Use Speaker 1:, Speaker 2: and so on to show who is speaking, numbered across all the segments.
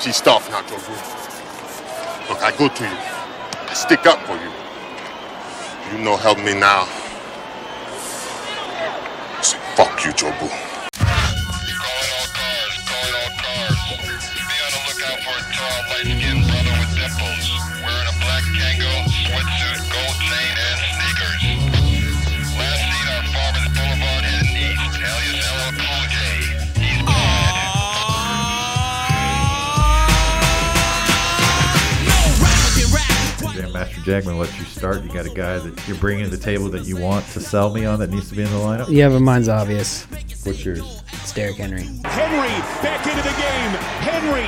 Speaker 1: She stuff not your good. Look, I go to you. I stick up for you. You no help me now. Say, fuck you, Jobu.
Speaker 2: Calling all cars, calling all cars. Be on the lookout for a tall, light-skinned brother with dimples, wearing a black tango, sweatsuit, gold chain, and sneakers. Last seen on Farmers Boulevard heading east, alias LL Cool J. He's dead.
Speaker 3: Jam Master Jagman lets you start. You got a guy that you're bringing to the table that you want to sell me on that needs to be in the lineup.
Speaker 4: Yeah, but mine's obvious.
Speaker 3: What's yours?
Speaker 4: It's Derrick Henry.
Speaker 5: Henry back into the game. Henry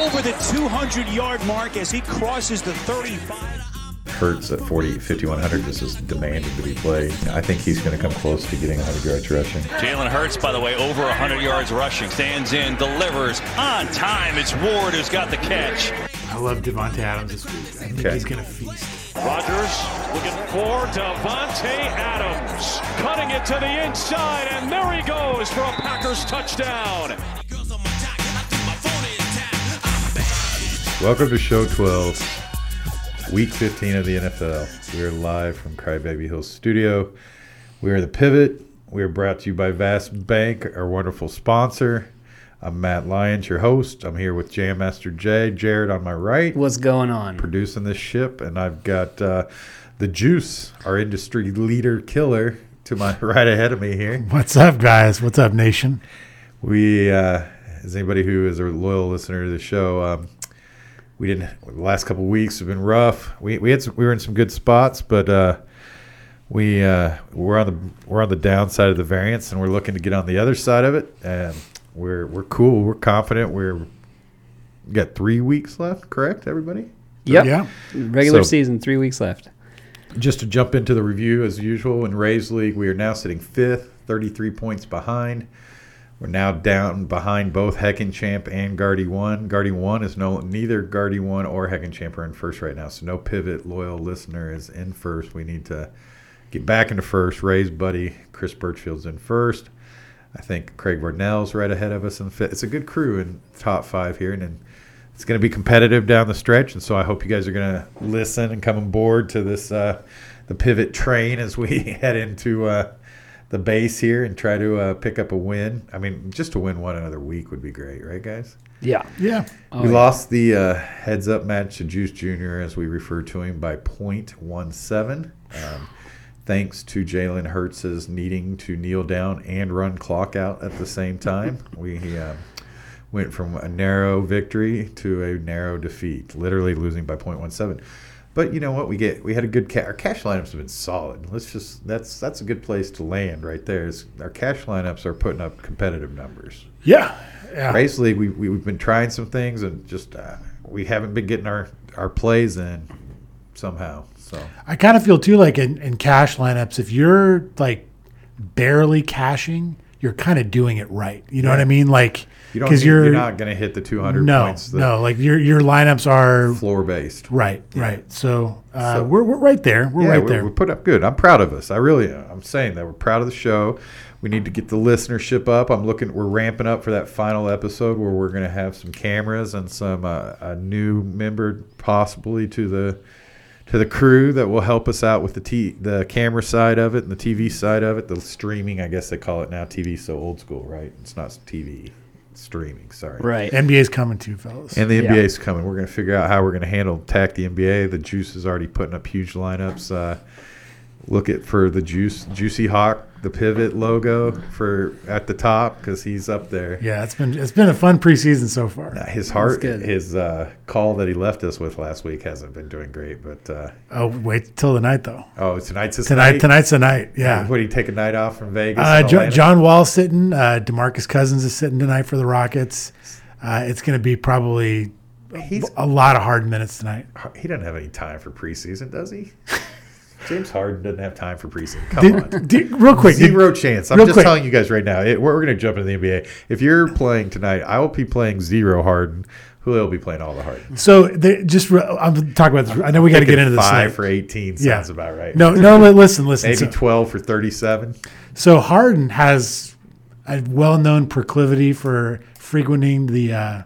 Speaker 5: over the 200 yard mark as he crosses the 35.
Speaker 3: Hurts at 40, 5100 just is demanding to be played. I think he's going to come close to getting 100 yards rushing.
Speaker 6: Jalen Hurts, by the way, over 100 yards rushing. Stands in, delivers on time. It's Ward who's got the catch.
Speaker 7: I love Devonte Adams this week. I think
Speaker 3: Okay.
Speaker 7: he's gonna feast.
Speaker 8: Rodgers looking for Devontae Adams. Cutting it to the inside, and there he goes for a Packers touchdown.
Speaker 3: Welcome to Show 12, Week 15 of the NFL. We are live from Crybaby Hills Studio. We are the Pivot. We are brought to you by Vast Bank, our wonderful sponsor. I'm Matt Lyons, your host. I'm here with Jam Master Jay, Jared on my right.
Speaker 4: What's going on?
Speaker 3: producing this ship, and I've got uh, the Juice, our industry leader killer, to my right ahead of me here.
Speaker 7: What's up, guys? What's up, nation?
Speaker 3: We, uh, as anybody who is a loyal listener to the show, um, we didn't. The last couple weeks have been rough. We we had some, we were in some good spots, but uh, we uh, we're on the we're on the downside of the variance, and we're looking to get on the other side of it. And we're we're cool. We're confident. We're we got three weeks left, correct, everybody?
Speaker 4: Yep.
Speaker 7: Yeah.
Speaker 4: Regular
Speaker 3: So-
Speaker 4: season, three weeks left.
Speaker 3: Just to jump into the review as usual, in Rays League, we are now sitting fifth, 33 points behind. We're now down behind both Heckenchamp and Guardy One. Guardy One is no neither Guardy One or Heckenchamp are in first right now, so no pivot loyal listener is in first. We need to get back into first. Ray's buddy Chris Birchfield's in first. I think Craig Vernell's right ahead of us in fifth. It's a good crew in top five here, and, and it's going to be competitive down the stretch. And so I hope you guys are going to listen and come on board to this uh, the pivot train as we head into uh, the base here and try to uh, pick up a win. I mean, just to win one another week would be great, right, guys?
Speaker 4: Yeah.
Speaker 7: Yeah.
Speaker 3: we lost the uh, heads up match to Juice Jr., as we refer to him, by .17. Um, thanks to Jalen Hurts' needing to kneel down and run clock out at the same time. we he, um, went from a narrow victory to a narrow defeat, literally losing by .17. But you know what? We get we had a good ca- our cash lineups have been solid. Let's just that's that's a good place to land right there. Is our cash lineups are putting up competitive numbers.
Speaker 7: Yeah. Yeah.
Speaker 3: Race League, we, we, we've been trying some things and just uh, we haven't been getting our, our plays in somehow. So
Speaker 7: I kind of feel too like in, in cash lineups, if you're like barely cashing, you're kind of doing it right. You know what I mean? Like
Speaker 3: you don't,
Speaker 7: 'cause
Speaker 3: need- you're, not going to hit the 200
Speaker 7: no
Speaker 3: points, the
Speaker 7: no like your your lineups are
Speaker 3: floor based.
Speaker 7: right right. So, uh,
Speaker 3: So-
Speaker 7: we're we're right there. We're
Speaker 3: Yeah,
Speaker 7: right
Speaker 3: we,
Speaker 7: there.
Speaker 3: we put up good. I'm proud of us. I really am. I'm saying that we're proud of the show. We need to get the listenership up. I'm looking. We're ramping up for that final episode where we're going to have some cameras and some uh, a new member possibly to the to the crew that will help us out with the t the camera side of it and the TV side of it. The streaming, I guess they call it now. TV, so old school, right? It's not TV. It's streaming. Sorry.
Speaker 4: Right.
Speaker 7: NBA's coming too, fellas.
Speaker 3: And the
Speaker 4: Yeah.
Speaker 3: NBA's coming. We're going to figure out how we're going to handle attack the NBA. The Juice is already putting up huge lineups. Uh, look at for the Juice Juicy Hawk, the pivot logo for at the top because he's up there.
Speaker 7: yeah, it's been it's been a fun preseason so far.
Speaker 3: His heart,
Speaker 4: That's good.
Speaker 3: his uh, call that he left us with last week hasn't been doing great. But uh,
Speaker 7: Oh, wait till the night though.
Speaker 3: oh, tonight's his
Speaker 7: Tonight,
Speaker 3: night.
Speaker 7: tonight's the night. Yeah.
Speaker 3: What do you take a night off from Vegas?
Speaker 7: Uh,
Speaker 3: and
Speaker 7: John,
Speaker 3: Atlanta?
Speaker 7: John Wall sitting. Uh, Demarcus Cousins is sitting tonight for the Rockets. Uh, it's going to be probably
Speaker 3: He's-
Speaker 7: a lot of hard minutes tonight.
Speaker 3: he doesn't have any time for preseason, does he? James Harden doesn't have time for preseason. Come on.
Speaker 7: Did, did- real quick, did-
Speaker 3: Zero chance. I'm
Speaker 7: real
Speaker 3: just
Speaker 7: quick.
Speaker 3: telling you guys right now. It, we're we're going to jump into the NBA. If you're playing tonight, I will be playing zero Harden. Julio will be playing all the Harden.
Speaker 7: so they, just re- I'm talking about. This, I know we got to get into this.
Speaker 3: five
Speaker 7: tonight.
Speaker 3: for 18
Speaker 7: Yeah.
Speaker 3: sounds about right.
Speaker 7: No, no. li- Listen, listen.
Speaker 3: maybe
Speaker 7: so,
Speaker 3: 12 for 37.
Speaker 7: so Harden has a well-known proclivity for frequenting the uh,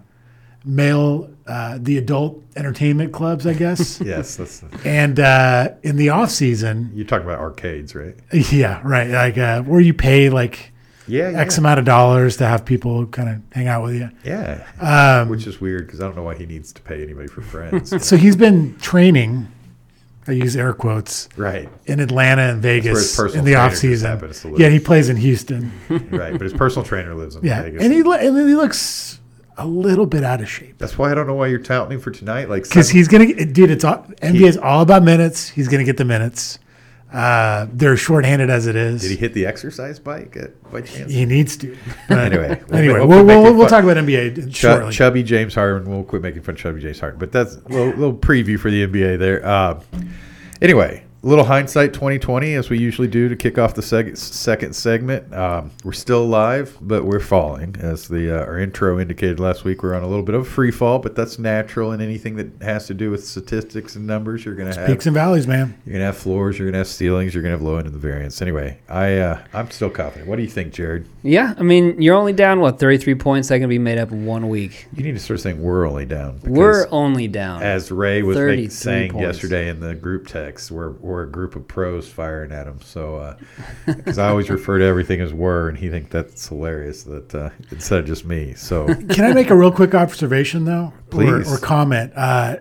Speaker 7: male, uh, the adult entertainment clubs, I guess.
Speaker 3: Yes, that's the,
Speaker 7: And uh, in the off season,
Speaker 3: you talk about arcades, right?
Speaker 7: yeah, right, like uh, where you pay like
Speaker 3: Yeah, yeah,
Speaker 7: X amount of dollars to have people kind of hang out with you.
Speaker 3: yeah.
Speaker 7: Um,
Speaker 3: Which is weird because I don't know why he needs to pay anybody for friends.
Speaker 7: So he's been training. I use air quotes
Speaker 3: right,
Speaker 7: in Atlanta and
Speaker 3: his
Speaker 7: Vegas
Speaker 3: personal
Speaker 7: in the
Speaker 3: trainer
Speaker 7: off
Speaker 3: just
Speaker 7: season.
Speaker 3: happens to live.
Speaker 7: Yeah, he plays in Houston.
Speaker 3: right. But his personal trainer lives in
Speaker 7: Yeah,
Speaker 3: Vegas.
Speaker 7: and he lo- and he looks a little bit out of shape
Speaker 3: that's why I don't know why you're touting him for tonight. Like,
Speaker 7: because
Speaker 3: seven-
Speaker 7: he's gonna get, dude. It's all, NBA is all about minutes. He's gonna get the minutes. Uh, they're shorthanded as it is.
Speaker 3: did he hit the exercise bike at, by chance?
Speaker 7: He needs to. But
Speaker 3: Anyway, we'll-
Speaker 7: anyway,
Speaker 3: we'll quit
Speaker 7: we'll, we'll, we'll,
Speaker 3: making fun-
Speaker 7: talk about NBA
Speaker 3: Ch-
Speaker 7: shortly.
Speaker 3: chubby James Harden. We'll quit making fun of chubby James Harden. But that's a little, little preview for the NBA there. Uh, anyway, a little hindsight 2020, as we usually do to kick off the seg- second segment. Um, we're still alive, but we're falling. As the uh, our intro indicated last week, we're on a little bit of a free fall, but that's natural. And anything that has to do with statistics and numbers, you're going to have
Speaker 7: Peaks and valleys, man.
Speaker 3: you're going to have floors, you're going to have ceilings, you're going to have low end of the variance. Anyway, I uh, I'm still confident. What do you think, Jared?
Speaker 4: Yeah, I mean, you're only down what 33 points. That can be made up in one week.
Speaker 3: You need to start saying we're only down. because-
Speaker 4: We're only down.
Speaker 3: as Ray was making,
Speaker 4: 33
Speaker 3: saying
Speaker 4: points.
Speaker 3: yesterday in the group text, we're, we're a group of pros firing at him. So, because I always refer to everything as "were," and he think that's hilarious that uh, instead of just me. So,
Speaker 7: Can I make a real quick observation though,
Speaker 3: Please.
Speaker 7: or, or comment? Uh,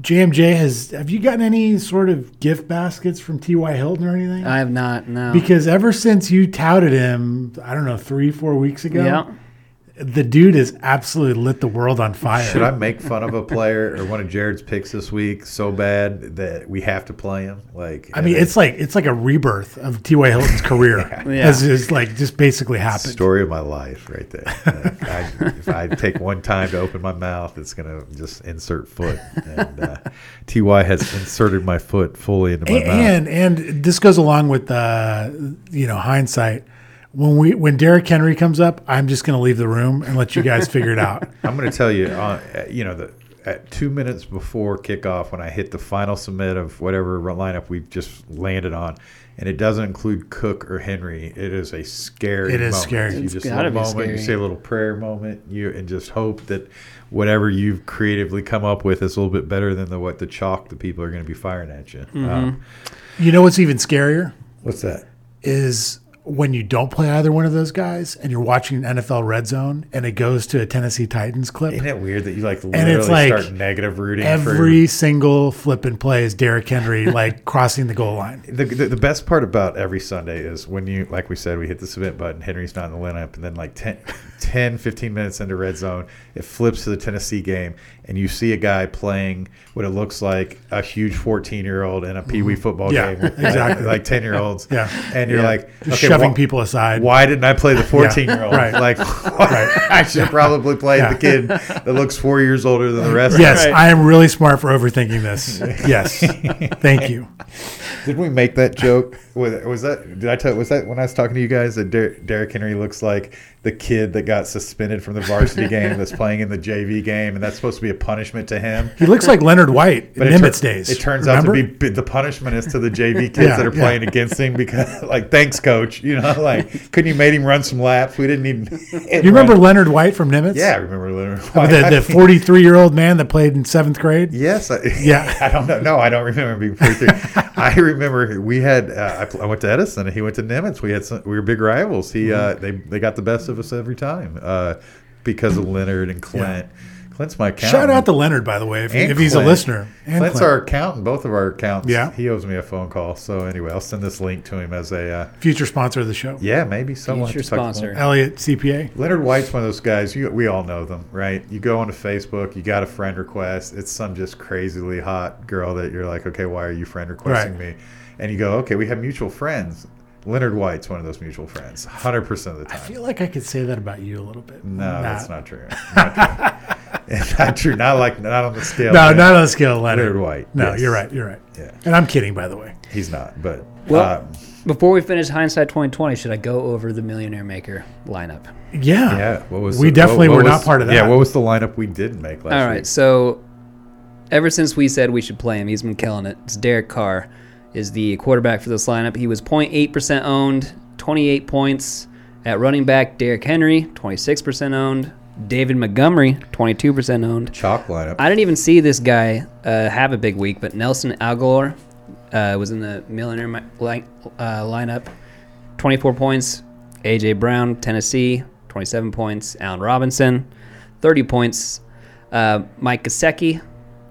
Speaker 7: JMJ has. Have you gotten any sort of gift baskets from T.Y. Hilton or anything?
Speaker 4: I have not. Uh, No.
Speaker 7: because ever since you touted him, I don't know, three, four weeks ago,
Speaker 4: yeah.
Speaker 7: the dude has absolutely lit the world on fire.
Speaker 3: should I make fun of a player or one of Jared's picks this week so bad that we have to play him? Like,
Speaker 7: I mean, it's like it's like a rebirth of T.Y. Hilton's career.
Speaker 4: Yeah.
Speaker 7: As is like just basically happened.
Speaker 3: story of my life right there. Like, I, if I take one time to open my mouth, it's gonna just insert foot. And uh, Ty has inserted my foot fully into my mouth.
Speaker 7: and and this goes along with uh, you know hindsight. When we when Derrick Henry comes up, I'm just going to leave the room and let you guys figure it out.
Speaker 3: I'm going to tell you, uh, you know, the, at two minutes before kickoff, when I hit the final submit of whatever lineup we've just landed on, and it doesn't include Cook or Henry, it is a scary.
Speaker 7: It is
Speaker 3: moment.
Speaker 7: scary.
Speaker 3: You
Speaker 7: It's
Speaker 3: just
Speaker 4: gotta
Speaker 3: little
Speaker 4: be
Speaker 3: moment, you
Speaker 4: scary.
Speaker 3: say a little prayer moment, you and just hope that whatever you've creatively come up with is a little bit better than the what the chalk the people are going to be firing at you.
Speaker 7: Mm-hmm.
Speaker 3: Um,
Speaker 7: You know what's even scarier
Speaker 3: What's that?
Speaker 7: is when you don't play either one of those guys and you're watching NFL Red Zone and it goes to a Tennessee Titans clip.
Speaker 3: Isn't it weird that you like literally
Speaker 7: And it's like
Speaker 3: start negative rooting for
Speaker 7: Every single flip and play is Derrick Henry like crossing the goal line.
Speaker 3: the, the, the best part about every Sunday is when you, like we said, we hit the submit button, Henry's not in the lineup, and then like 10, 10 15 minutes into red zone, it flips to the Tennessee game, and you see a guy playing what it looks like a huge 14 year old in a Pee Wee football
Speaker 7: Mm-hmm. Yeah,
Speaker 3: game. with, like-
Speaker 7: exactly.
Speaker 3: Like 10 year olds.
Speaker 7: Yeah.
Speaker 3: And you're
Speaker 7: Yeah.
Speaker 3: like,
Speaker 7: Just shoving
Speaker 3: wh-
Speaker 7: people aside.
Speaker 3: Why didn't I play the 14 year old?
Speaker 7: right.
Speaker 3: Like, I should probably play
Speaker 7: Yeah.
Speaker 3: the kid that looks four years older than the rest
Speaker 7: Yes, I am really smart for overthinking this. Yes. Thank you.
Speaker 3: Did we make that joke? Was, was that? Did I tell? Was that when I was talking to you guys that Der- Derrick Henry looks like the kid that got suspended from the varsity game that's playing in the JV game, and that's supposed to be a punishment to him?
Speaker 7: He looks like Leonard White in
Speaker 3: it tur-
Speaker 7: Nimitz days.
Speaker 3: It turns out to
Speaker 7: Remember?
Speaker 3: be b- the punishment is to the JV kids
Speaker 7: Yeah,
Speaker 3: that are
Speaker 7: yeah.
Speaker 3: playing against him because, like, thanks, coach. You know, like, couldn't you made him run some laps? We didn't need.
Speaker 7: You remember Leonard White from Nimitz?
Speaker 3: Yeah, I remember Leonard.
Speaker 7: The, the 43 year old man that played in seventh grade.
Speaker 3: Yes. I,
Speaker 7: Yeah.
Speaker 3: I don't know. No, I don't remember being pretty three. I remember we had. Uh, I, pl- I went to Edison and he went to Nimitz. We had some. We were big rivals. He
Speaker 7: Mm-hmm.
Speaker 3: uh, they they got the best of us every time uh, because of Leonard and Clint. Clint's my accountant.
Speaker 7: Shout out to Leonard, by the way, if,
Speaker 3: And
Speaker 7: if he's a
Speaker 3: Clint.
Speaker 7: listener. And
Speaker 3: Clint's
Speaker 7: Clint.
Speaker 3: our accountant. Both of our accountants.
Speaker 7: Yeah.
Speaker 3: He owes me a phone call. So anyway, I'll send this link to him as a. Uh,
Speaker 7: future sponsor of the show.
Speaker 3: yeah, maybe someone.
Speaker 4: Future
Speaker 3: to talk to him.
Speaker 4: sponsor.
Speaker 7: Elliot CPA.
Speaker 3: Leonard White's one of those guys. You, we all know them, right? You go onto Facebook, you got a friend request. It's some just crazily hot girl that you're like, okay, why are you friend requesting me? And you go, okay, we have mutual friends. Leonard White's one of those mutual friends, hundred percent of the
Speaker 7: I
Speaker 3: time.
Speaker 7: feel like I could say that about you a little bit.
Speaker 3: no, that's not true. Not true. It's not true. Not like not on the scale.
Speaker 7: No,
Speaker 3: man.
Speaker 7: not on the scale of Leonard.
Speaker 3: Leonard White.
Speaker 7: No,
Speaker 3: Yes.
Speaker 7: you're right. You're right.
Speaker 3: Yeah.
Speaker 7: And I'm kidding, by the way.
Speaker 3: He's not. But
Speaker 4: Well-
Speaker 3: um,
Speaker 4: Before we finish hindsight 2020, should I go over the millionaire maker lineup?
Speaker 7: Yeah.
Speaker 3: yeah, what was
Speaker 7: We
Speaker 3: the-
Speaker 7: definitely
Speaker 3: what
Speaker 7: were
Speaker 3: was-
Speaker 7: not part of
Speaker 3: Yeah,
Speaker 7: that.
Speaker 3: what was the lineup we did make last
Speaker 4: All
Speaker 3: week?
Speaker 4: right. So, ever since we said we should play him, he's been killing it. It's Derek Carr is the quarterback for this lineup. He was 0.8% owned, 28 points. At running back, Derek Henry, 26% owned, David Montgomery, 22% owned.
Speaker 3: Chalk lineup.
Speaker 4: I didn't even see this guy uh, have a big week, but Nelson Aguilar uh, was in the millionaire mi- line, uh, lineup. 24 points. A.J. Brown, Tennessee, 27 points. Allen Robinson, 30 points. Uh, Mike Gasecki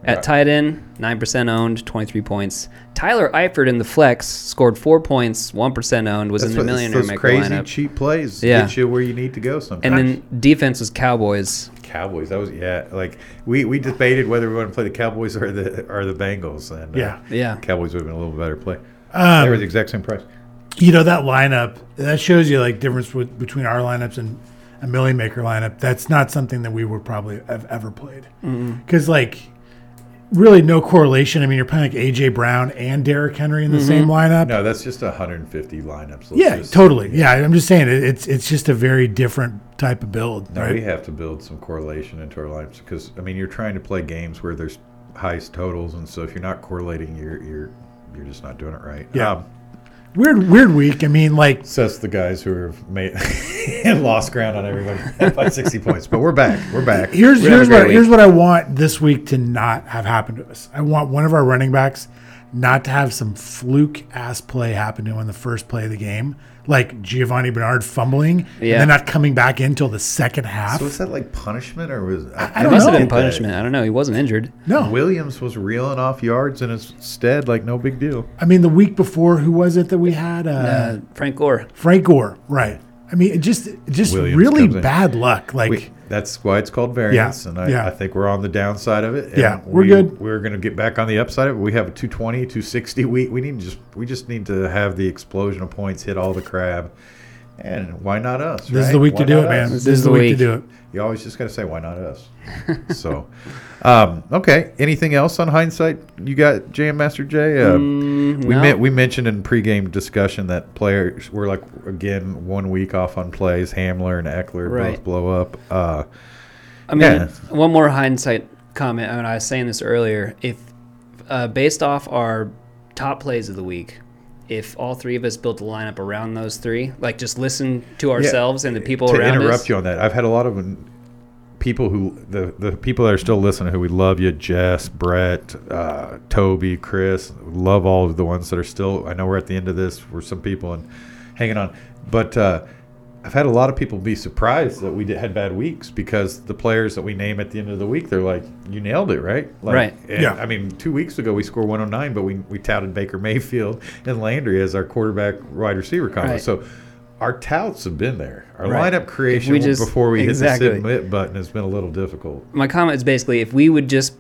Speaker 4: at
Speaker 3: Right.
Speaker 4: tight end, 9% owned, 23 points. Tyler Eifert in the flex scored 4 points, 1% owned, was in the
Speaker 3: what- it's
Speaker 4: millionaire
Speaker 3: those
Speaker 4: maker
Speaker 3: crazy
Speaker 4: lineup.
Speaker 3: cheap plays
Speaker 4: Yeah.
Speaker 3: get you where you need to go sometimes.
Speaker 4: and then defense was Cowboys.
Speaker 3: Cowboys. That was yeah. Like we, we debated whether we want to play the Cowboys or the or the Bengals, and uh,
Speaker 7: Yeah.
Speaker 4: Yeah.
Speaker 3: Cowboys would have been a little better play. Um, they were the exact same price.
Speaker 7: you know that lineup that shows you like difference with, between our lineups and a millie maker lineup that's not something that we would probably have ever played
Speaker 3: Mm-hmm.
Speaker 7: because like really no correlation i mean you're playing like aj brown and Derrick henry in the same lineup
Speaker 3: Mm-hmm. No, that's just 150 lineups. Let's
Speaker 7: yeah
Speaker 3: just-
Speaker 7: totally yeah. i'm just saying it, it's it's just a very different type of build
Speaker 3: No,
Speaker 7: right
Speaker 3: we have to build some correlation into our lineups because I mean you're trying to play games where there's highest totals, and so if you're not correlating, you're you're you're just not doing it right.
Speaker 7: Yeah.
Speaker 3: Um,
Speaker 7: weird weird week i mean like
Speaker 3: says the guys who have made and lost ground on everybody by 60 points. But we're back. We're back.
Speaker 7: here's
Speaker 4: We're having
Speaker 7: here's
Speaker 4: a great
Speaker 7: what
Speaker 4: week.
Speaker 7: here's what I want this week to not have happen to us. I want one of our running backs not to have some fluke ass play happen to him on the first play of the game, like Giovanni Bernard fumbling
Speaker 4: Yeah.
Speaker 7: and then not coming back in till the second half.
Speaker 3: So is that like punishment or was I,
Speaker 7: I
Speaker 4: It
Speaker 7: don't
Speaker 4: must
Speaker 7: know.
Speaker 4: have been
Speaker 3: get that.
Speaker 4: punishment. I don't know. He wasn't injured.
Speaker 7: no,
Speaker 3: Williams was reeling off yards and instead like no big deal.
Speaker 7: I mean the week before, who was it that we had? Uh,
Speaker 4: Uh, Frank Gore.
Speaker 7: Frank Gore, right? I mean, it just just
Speaker 3: Williams
Speaker 7: really
Speaker 3: comes in.
Speaker 7: bad luck. Like
Speaker 3: We, that's why it's called variance,
Speaker 7: Yeah,
Speaker 3: and I,
Speaker 7: yeah.
Speaker 3: I think we're on the downside of it. and
Speaker 7: Yeah, we're
Speaker 3: we,
Speaker 7: good.
Speaker 3: We're going to get back on the upside of it. We have a 220, 260. We we need to just we just need to have the explosion of points hit all the crab, and why not us?
Speaker 7: this is the week to do it, man. This, is the week to do it.
Speaker 3: You always just got to say why not us. so, um, okay. Anything else on hindsight? You got Jam Master J. Uh, we
Speaker 4: Mm, no.
Speaker 3: men- we mentioned in pregame discussion that players were like again one week off on plays. Hamler and Eckler
Speaker 4: Right.
Speaker 3: both blow up. Uh,
Speaker 4: I mean,
Speaker 3: Yeah.
Speaker 4: one more hindsight comment. I mean, I was saying this earlier. If uh, based off our top plays of the week, if all three of us built a lineup around those three, like just listen to ourselves and the people
Speaker 3: to
Speaker 4: around
Speaker 3: interrupt
Speaker 4: us.
Speaker 3: you on that, I've had a lot of people who the the people that are still listening who we love you, Jess, Brett, uh, Toby, Chris, love all of the ones that are still. I know we're at the end of this. We're some people and hanging on, but. Uh, I've had a lot of people be surprised that we did, had bad weeks because the players that we name at the end of the week, they're like, "You nailed it, right?" Like,
Speaker 4: Right.
Speaker 3: and,
Speaker 7: Yeah.
Speaker 3: I mean, two weeks ago we scored 109, but we we touted Baker Mayfield and Landry as our quarterback wide receiver combo.
Speaker 4: Right.
Speaker 3: So our touts have been there. Our
Speaker 4: Right.
Speaker 3: lineup creation
Speaker 4: We just-
Speaker 3: before we hit the
Speaker 4: exactly.
Speaker 3: submit button has been a little difficult.
Speaker 4: My comment is basically if we would just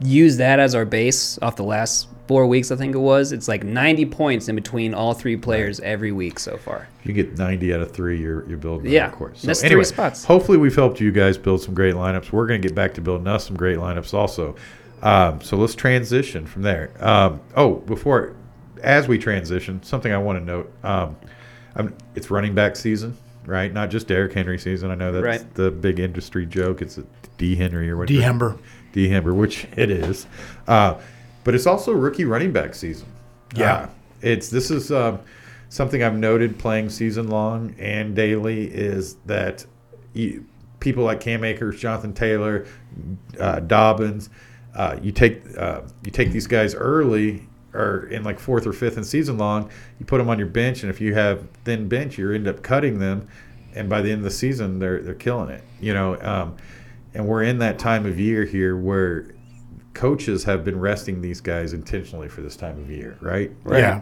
Speaker 4: use that as our base off the last four weeks, I think it was. It's like 90 points in between all three players every week so far.
Speaker 3: If you get 90 out of three, you're, you're building
Speaker 4: Yeah.
Speaker 3: a course.
Speaker 4: That's three spots.
Speaker 3: Hopefully, we've helped you guys build some great lineups. We're going to get back to building us some great lineups also. Um, so let's transition from there. Um, oh, before, as we transition, something I want to note. Um, I'm, it's running back season, right? Not just Derrick Henry season. I know that's
Speaker 4: Right.
Speaker 3: the big industry joke. It's a D Henry or whatever.
Speaker 7: D Hember.
Speaker 3: D. Hamber, which it is. Uh, but it's also rookie running back season.
Speaker 7: Yeah.
Speaker 3: Uh, it's this is um, something I've noted playing season long and daily is that you, people like Cam Akers, Jonathan Taylor, uh, Dobbins, uh, you take uh, you take these guys early or in like fourth or fifth in season long, you put them on your bench, and if you have thin bench, you end up cutting them, and by the end of the season, they're they're killing it. You know. Um, and we're in that time of year here where coaches have been resting these guys intentionally for this time of year, right? right.
Speaker 7: Yeah.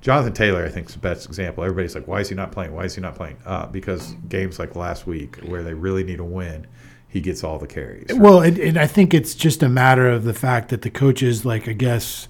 Speaker 3: Jonathan Taylor, I think, is the best example. Everybody's like, why is he not playing? Why is he not playing? Uh, because games like last week, where they really need a win, he gets all the carries.
Speaker 7: Well, and, and I think it's just a matter of the fact that the coaches, like I guess,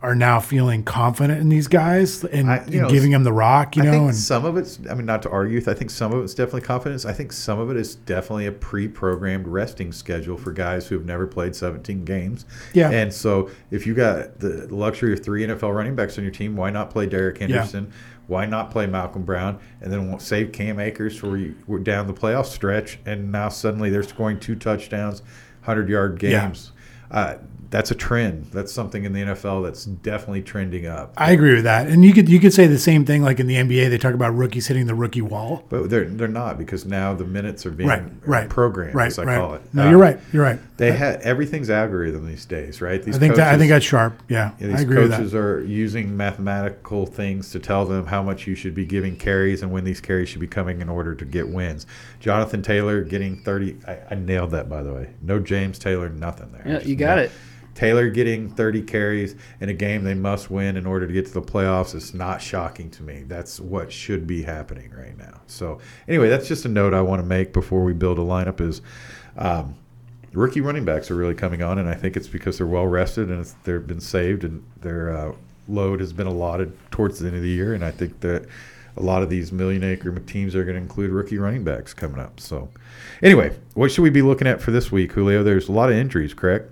Speaker 7: are now feeling confident in these guys and,
Speaker 3: I-
Speaker 7: and
Speaker 3: you know,
Speaker 7: giving them the rock, you
Speaker 3: I
Speaker 7: know.
Speaker 3: think
Speaker 7: And
Speaker 3: some of it's, I mean, not to argue, I think some of it's definitely confidence. I think some of it is definitely a pre programmed resting schedule for guys who have never played 17 games.
Speaker 7: Yeah.
Speaker 3: And so if you got the luxury of three NFL running backs on your team, why not play Derrick Henderson? Why not play Malcolm Brown? And then we'll save Cam Akers for you we're down the playoff stretch. And now suddenly they're scoring two touchdowns, 100 yard
Speaker 7: Yeah.
Speaker 3: games. Uh, that's a trend. That's something in the NFL that's definitely trending up.
Speaker 7: I agree with that. And you could you could say the same thing like in the NBA they talk about rookies hitting the rookie wall.
Speaker 3: But they're they're not because now the minutes are being
Speaker 7: Right, right.
Speaker 3: programmed,
Speaker 7: right,
Speaker 3: as I
Speaker 7: right.
Speaker 3: call it.
Speaker 7: No,
Speaker 3: Uh,
Speaker 7: you're right. You're right.
Speaker 3: They had everything's algorithm these days, right? These
Speaker 7: I think that I
Speaker 3: coaches-
Speaker 7: think that's sharp. Yeah,
Speaker 3: Yeah,
Speaker 7: I
Speaker 3: these
Speaker 7: agree with
Speaker 3: coaches
Speaker 7: that.
Speaker 3: are using mathematical things to tell them how much you should be giving carries and when these carries should be coming in order to get wins. Jonathan Taylor getting 30. I, I nailed that, by the way. No James Taylor, nothing there.
Speaker 4: Yeah,
Speaker 3: I just
Speaker 4: you got
Speaker 3: nailed-
Speaker 4: it.
Speaker 3: Taylor getting 30 carries in a game they must win in order to get to the playoffs is not shocking to me. That's what should be happening right now. So, anyway, that's just a note I want to make before we build a lineup is um, rookie running backs are really coming on, and I think it's because they're well rested and it's, they've been saved and their uh, load has been allotted towards the end of the year. And I think that a lot of these million acre teams are going to include rookie running backs coming up. So, anyway, what should we be looking at for this week, Julio? There's a lot of injuries, correct?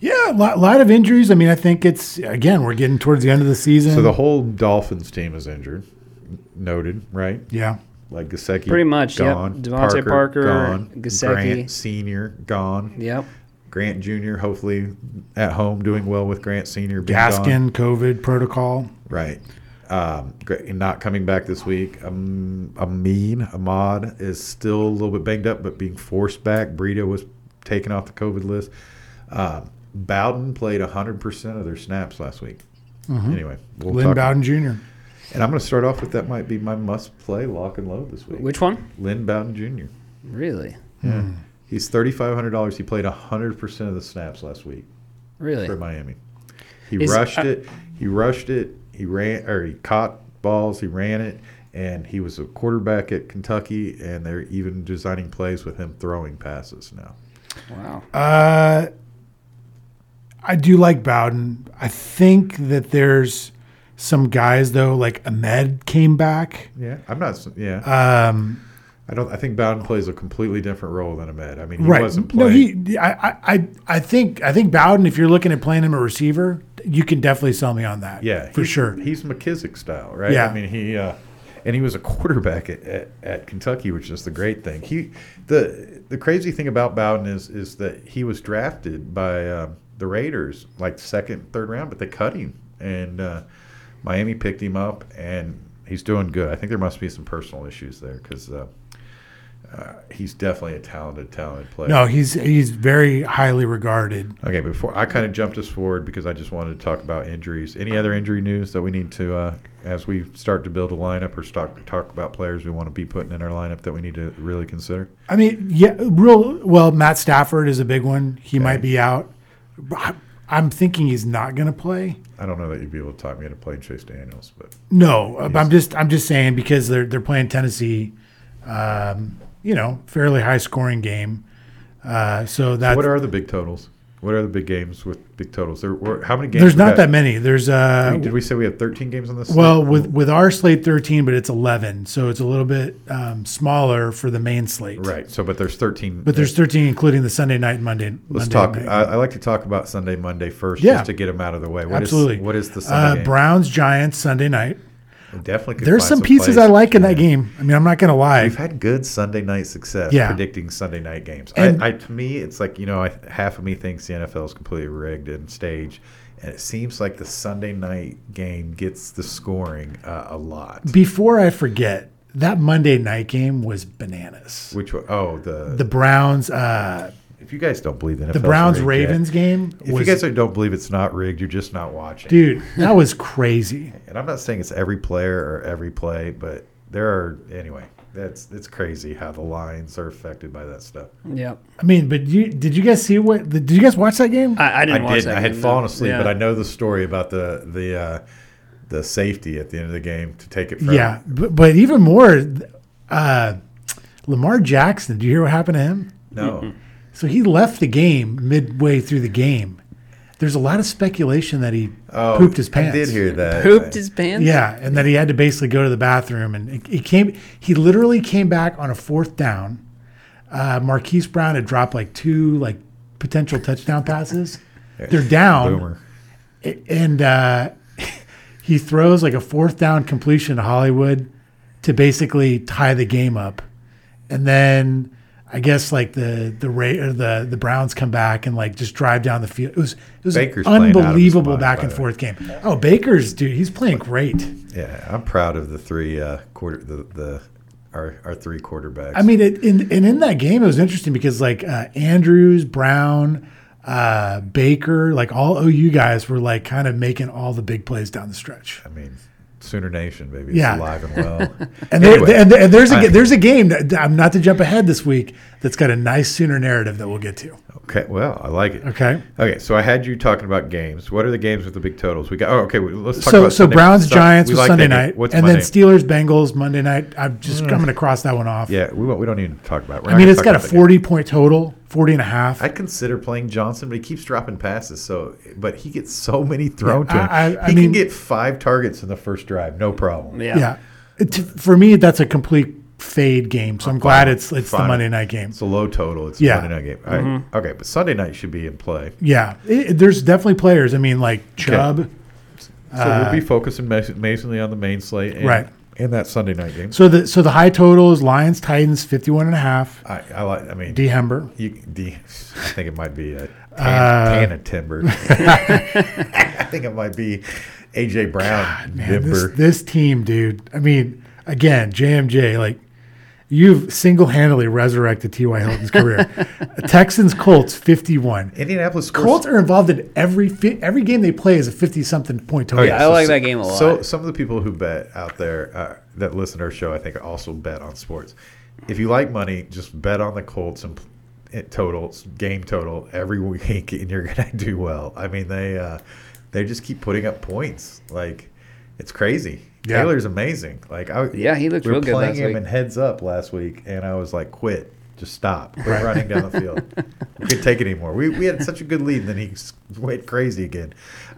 Speaker 7: Yeah, a lot, lot of injuries. I mean, I think it's again we're getting towards the end of the season.
Speaker 3: So the
Speaker 4: Mm.
Speaker 3: whole Dolphins team is injured, noted, right?
Speaker 7: yeah,
Speaker 3: Like Gasecki,
Speaker 4: Pretty much, yep.
Speaker 3: gone.
Speaker 4: Devontae Parker,
Speaker 3: gone.
Speaker 4: Gesicki.
Speaker 3: Grant Senior, gone.
Speaker 4: Yep.
Speaker 3: Grant Junior, hopefully at home doing well with Grant Senior. being gone.
Speaker 7: Gaskin, COVID protocol.
Speaker 3: Right. Um, great- and not coming back this week. Um, Amin Ahmad is still a little bit banged up, but being forced back. Brito was taken off the COVID list. Um, Bowden played 100% of their snaps last week. Anyway, we'll
Speaker 7: Mm-hmm. Lynn
Speaker 3: talk-
Speaker 7: Bowden Jr.
Speaker 3: And I'm going to start off with that might be my must play lock and load this week.
Speaker 4: Which one?
Speaker 3: Lynn Bowden Jr.
Speaker 4: Really?
Speaker 3: He's $3,500. He played 100% of the snaps last week
Speaker 4: Really?
Speaker 3: for Miami. He
Speaker 4: Is-
Speaker 3: rushed
Speaker 4: uh,
Speaker 3: it. He rushed it. He ran or he caught balls. He ran it, and he was a quarterback at Kentucky. And they're even designing plays with him throwing passes now.
Speaker 4: Wow.
Speaker 7: Uh, I do like Bowden. I think that there's some guys though, like Ahmed came back.
Speaker 3: Yeah, I'm not. s- Yeah,
Speaker 7: Um,
Speaker 3: I don't. I think Bowden plays a completely different role than Ahmed. I mean, he
Speaker 7: right.
Speaker 3: wasn't
Speaker 7: no,
Speaker 3: playing.
Speaker 7: he. I, I- I. I think. I think Bowden. If you're looking at playing him a receiver, you can definitely sell me on that.
Speaker 3: yeah,
Speaker 7: for
Speaker 3: he's-
Speaker 7: sure.
Speaker 3: He's McKissick style, right?
Speaker 7: Yeah.
Speaker 3: I mean, he uh, and he was a quarterback at, at, at Kentucky, which is the great thing. He the the crazy thing about Bowden is is that he was drafted by um, the Raiders like second, third round, but they cut him, and uh, Miami picked him up, and he's doing good. I think there must be some personal issues there because. Uh, uh, he's definitely a talented, talented player.
Speaker 7: No, he's he's very highly regarded.
Speaker 3: Okay, before I kind of jumped us forward because I just wanted to talk about injuries. Any other injury news that we need to, uh, as we start to build a lineup or start talk about players we want to be putting in our lineup that we need to really consider?
Speaker 7: I mean, yeah, real well. Matt Stafford is a big one. He might be out. I- I'm thinking he's not going to play.
Speaker 3: I don't know that you'd be able to talk me into playing Chase Daniels, but
Speaker 7: No, uh, but I'm just I'm just saying because they're they're playing Tennessee. Um, you know, fairly high scoring game. Uh, so that's
Speaker 3: what are the big totals? What are the big games with big totals? There, were, how many games?
Speaker 7: there's
Speaker 3: we
Speaker 7: not
Speaker 3: got?
Speaker 7: that many. There's uh,
Speaker 3: Did we say we had 13 games on this?
Speaker 7: Well, with with our slate 13, but it's 11, so it's a little bit um, smaller for the main slate.
Speaker 3: right. So, but there's 13.
Speaker 7: But there's 13, including the Sunday night, Monday.
Speaker 3: Let's
Speaker 7: Monday
Speaker 3: talk. uh,
Speaker 7: night.
Speaker 3: I, I like to talk about Sunday, Monday first,
Speaker 7: Yeah.
Speaker 3: just to get them out of the way. What is-
Speaker 7: Absolutely. Uh,
Speaker 3: what is the Sunday game?
Speaker 7: Browns Giants Sunday night.
Speaker 3: We Definitely. could
Speaker 7: There's
Speaker 3: find
Speaker 7: some pieces
Speaker 3: plays
Speaker 7: I like in
Speaker 3: Yeah.
Speaker 7: that game. I mean, I'm not gonna lie.
Speaker 3: We've had good Sunday night success
Speaker 7: Yeah.
Speaker 3: predicting Sunday night games.
Speaker 7: And-
Speaker 3: I, I, to me, it's like you know, I, half of me thinks the NFL is completely rigged and staged, and it seems like the Sunday night game gets the scoring uh, a lot.
Speaker 7: Before I forget, that Monday night game was bananas.
Speaker 3: Which one- oh the,
Speaker 7: The Browns, uh,
Speaker 3: if you guys don't believe the NFL,
Speaker 7: the Browns Ravens game
Speaker 3: If you
Speaker 7: was,
Speaker 3: guys don't believe it's not rigged, you're just not watching.
Speaker 7: dude, that was crazy.
Speaker 3: And I'm not saying it's every player or every play, but there are anyway. That's it's crazy how the lines are affected by that stuff.
Speaker 4: Yep.
Speaker 7: I mean, but you did you guys see what? Did you guys watch that game?
Speaker 4: I, I didn't
Speaker 3: I
Speaker 4: watch
Speaker 3: didn't.
Speaker 4: that.
Speaker 3: I had
Speaker 4: game, though.
Speaker 3: fallen asleep,
Speaker 4: Yeah.
Speaker 3: but I know the story about the the uh, the safety at the end of the game to take it. From.
Speaker 7: Yeah, but, but even more, uh, Lamar Jackson. Do you hear what happened to him?
Speaker 3: No.
Speaker 7: So he left the game midway through the game. There's a lot of speculation that he
Speaker 3: Oh,
Speaker 7: pooped his pants.
Speaker 3: I did hear that.
Speaker 4: Pooped his pants.
Speaker 7: Yeah, and that he had to basically go to the bathroom, and it, it came. He literally came back on a fourth down. Uh, Marquise Brown had dropped like two like potential touchdown passes. They're down,
Speaker 3: Boomer.
Speaker 7: A- and uh, he throws like a fourth down completion to Hollywood to basically tie the game up, and then I guess like the the Ra- or the the Browns come back and like just drive down the field. It was it was
Speaker 3: Baker's
Speaker 7: an
Speaker 3: playing out of his
Speaker 7: unbelievable
Speaker 3: mind, by
Speaker 7: back and
Speaker 3: the way.
Speaker 7: forth game. Oh, Baker's dude, he's playing great.
Speaker 3: Yeah, I'm proud of the three uh, quarter the the our our three quarterbacks.
Speaker 7: I mean, it, in, and in that game, it was interesting because like uh, Andrews, Brown, uh, Baker, like all OU guys were like kind of making all the big plays down the stretch.
Speaker 3: I mean, Sooner Nation, baby, it's
Speaker 7: Yeah.
Speaker 3: alive and well.
Speaker 7: And, there,
Speaker 3: Anyway,
Speaker 7: and, there- and there's a
Speaker 3: I-
Speaker 7: ga- there's a game that I'm not to jump ahead this week that's got a nice sooner narrative that we'll get to.
Speaker 3: okay, well, I like it.
Speaker 7: Okay.
Speaker 3: Okay, so I had you talking about games. What are the games with the big totals? We got. Oh, okay. well, Let's talk
Speaker 7: So
Speaker 3: about
Speaker 7: so
Speaker 3: Sunday.
Speaker 7: Browns
Speaker 3: So,
Speaker 7: Giants
Speaker 3: we
Speaker 7: was
Speaker 3: like
Speaker 7: Sunday
Speaker 3: that game.
Speaker 7: night,
Speaker 3: What's
Speaker 7: and
Speaker 3: Monday? Mm.
Speaker 7: then Steelers Bengals Monday night. I'm just I'm going to cross that one off.
Speaker 3: Yeah, we won't, we don't need to talk about. It. We're
Speaker 7: I
Speaker 3: not
Speaker 7: mean,
Speaker 3: gonna
Speaker 7: it's
Speaker 3: talk
Speaker 7: got a
Speaker 3: about that game.
Speaker 7: 40 point total, 40 and a half.
Speaker 3: I'd consider playing Johnson, but he keeps dropping passes. So, but he gets so many thrown to him.
Speaker 7: I- I- I
Speaker 3: he can
Speaker 7: mean-
Speaker 3: get five targets in the first drive, no problem.
Speaker 4: Yeah.
Speaker 7: yeah. It- for me, that's a complete fade game. So I'm glad it's it's the
Speaker 3: Fine.
Speaker 7: Monday night game.
Speaker 3: It's a low total. It's
Speaker 7: Yeah.
Speaker 3: a Monday night game. All right. Okay, but Sunday night should be in play.
Speaker 7: Yeah, it, there's definitely players. I mean, like Chubb.
Speaker 3: So we'll be focusing mas- amazingly on the main slate, and,
Speaker 7: Uh, Right.
Speaker 3: And that Sunday night game.
Speaker 7: So the so the high total is Lions Titans 51 and a half.
Speaker 3: I, I like. I mean,
Speaker 7: D Hember.
Speaker 3: you, D, I think it might
Speaker 7: Uh,
Speaker 3: be a tan, tan and timber. I think it might be AJ Brown.
Speaker 7: Man, this,
Speaker 3: Timber.
Speaker 7: this team, dude. I mean, again, JMJ, like you've single-handedly resurrected T.Y. Hilton's career. Texans Colts 51.
Speaker 3: Indianapolis scores-
Speaker 7: Colts are involved in every fi- every game they play is a 50 something point
Speaker 3: Oh,
Speaker 7: total.
Speaker 4: I like that game a lot.
Speaker 3: So some of the people who bet out there uh, that listen to our show, I think, also bet on sports. If you like money, just bet on the Colts and it totals game total every week, and you're gonna do well. I mean, they uh, they just keep putting up points. Like it's crazy.
Speaker 7: Yeah.
Speaker 3: Taylor's amazing. Like I
Speaker 4: Yeah, he looked
Speaker 3: we were
Speaker 4: real good
Speaker 3: playing
Speaker 4: last
Speaker 3: him
Speaker 4: week.
Speaker 3: in heads up last week, and I was like, quit. Just stop. Quit running down the field. we couldn't take it anymore. We, we had such a good lead, and then he s- went crazy again.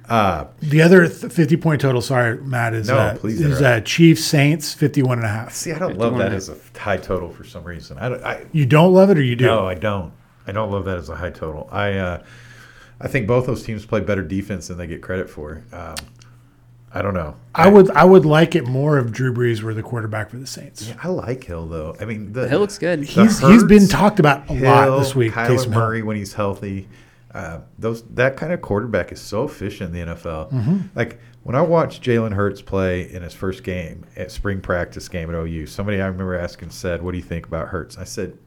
Speaker 3: Uh,
Speaker 7: The other th- 50 point total, sorry, Matt, is,
Speaker 3: No,
Speaker 7: uh,
Speaker 3: please
Speaker 7: is uh,
Speaker 3: interrupt.
Speaker 7: Chiefs Saints 51 and a half.
Speaker 3: See, I don't love that as a high total for some reason. I don't. I,
Speaker 7: You don't love it or you do?
Speaker 3: no, I don't. I don't love that as a high total. I, uh, I think both those teams play better defense than they get credit for. Um, I don't know.
Speaker 7: I would I would like it more if Drew Brees were the quarterback for the Saints.
Speaker 3: I like Hill though. I mean, the,
Speaker 4: Hill looks good.
Speaker 3: the
Speaker 7: He's, he's been
Speaker 3: Hurts,
Speaker 7: talked about a lot this week.
Speaker 3: Kyler
Speaker 7: Taysom Hill.
Speaker 3: Murray when he's healthy. Uh, those that kind of quarterback is so efficient in the NFL.
Speaker 7: Mm-hmm.
Speaker 3: Like when I watched Jalen Hurts play in his first game at spring practice game at OU, somebody I remember asking said, "What do you think about Hurts?" I said,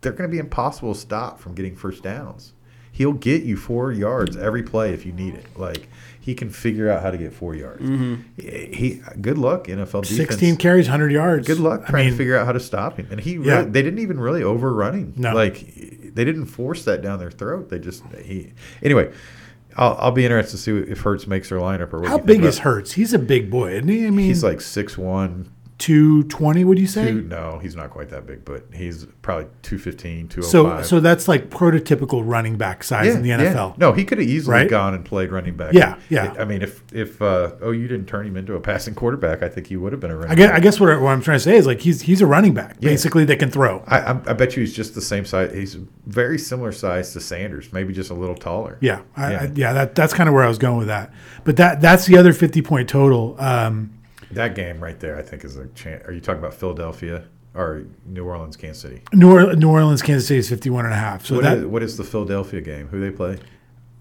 Speaker 3: "They're going to be impossible to stop from getting first downs. He'll get you four yards every play if you need it. Like he can figure out how to get four yards. He, he- good luck NFL defense.
Speaker 7: 16 carries, 100 yards.
Speaker 3: Good luck
Speaker 7: I
Speaker 3: trying
Speaker 7: mean,
Speaker 3: to figure out how to stop him. And he,
Speaker 7: Yeah.
Speaker 3: really, they didn't even really overrun him.
Speaker 7: No.
Speaker 3: Like they didn't force that down their throat. They just he. Anyway, I'll, I'll be interested to see if Hertz makes their lineup or what.
Speaker 7: How
Speaker 3: you think
Speaker 7: big is
Speaker 3: about-
Speaker 7: Hurts? He's a big boy, isn't he? I mean,
Speaker 3: He's like six one.
Speaker 7: 220, would you say?
Speaker 3: Two, no, he's not quite that big, but he's probably 215, 205.
Speaker 7: so so that's like prototypical running back size in the
Speaker 3: Yeah,
Speaker 7: NFL.
Speaker 3: Yeah. No, he could have easily
Speaker 7: Right?
Speaker 3: gone and played running back.
Speaker 7: Yeah, yeah.
Speaker 3: I mean, if if uh, oh you didn't turn him into a passing quarterback, I think he would have been a running.
Speaker 7: I guess,
Speaker 3: back.
Speaker 7: I guess what, I- what I'm trying to say is like he's he's a running back, basically, that can throw.
Speaker 3: I, I, I bet you he's just the same size. He's very similar size to Sanders, maybe just a little taller.
Speaker 7: Yeah,
Speaker 3: Yeah.
Speaker 7: I, yeah. I, yeah that, that's kind of where I was going with that. But that that's the other fifty point total. Um,
Speaker 3: That game right there, I think, is a chance. Are you talking about Philadelphia or New Orleans, Kansas City?
Speaker 7: New, or- New Orleans, Kansas City is fifty one and a half. So
Speaker 3: What
Speaker 7: that
Speaker 3: is- what is the Philadelphia game? Who they play?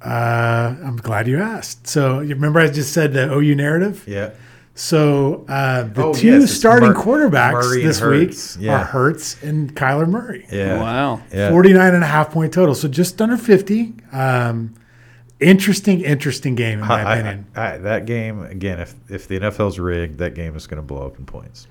Speaker 7: uh, I'm glad you asked. So you remember I just said the OU narrative.
Speaker 3: Yeah.
Speaker 7: So uh, the
Speaker 3: Oh,
Speaker 7: two
Speaker 3: yes, it's
Speaker 7: starting
Speaker 3: Mur-
Speaker 7: quarterbacks
Speaker 3: Murray and
Speaker 7: this
Speaker 3: Hurts.
Speaker 7: week
Speaker 3: Yeah.
Speaker 7: are Hertz and Kyler Murray.
Speaker 3: Yeah.
Speaker 4: Wow.
Speaker 3: Yeah.
Speaker 7: 49 and a half point total. So just under 50. Um, interesting, interesting game, in
Speaker 3: I-
Speaker 7: my
Speaker 3: I-
Speaker 7: opinion.
Speaker 3: I- that game again. If if the NFL's rigged, that game is going to blow up in points.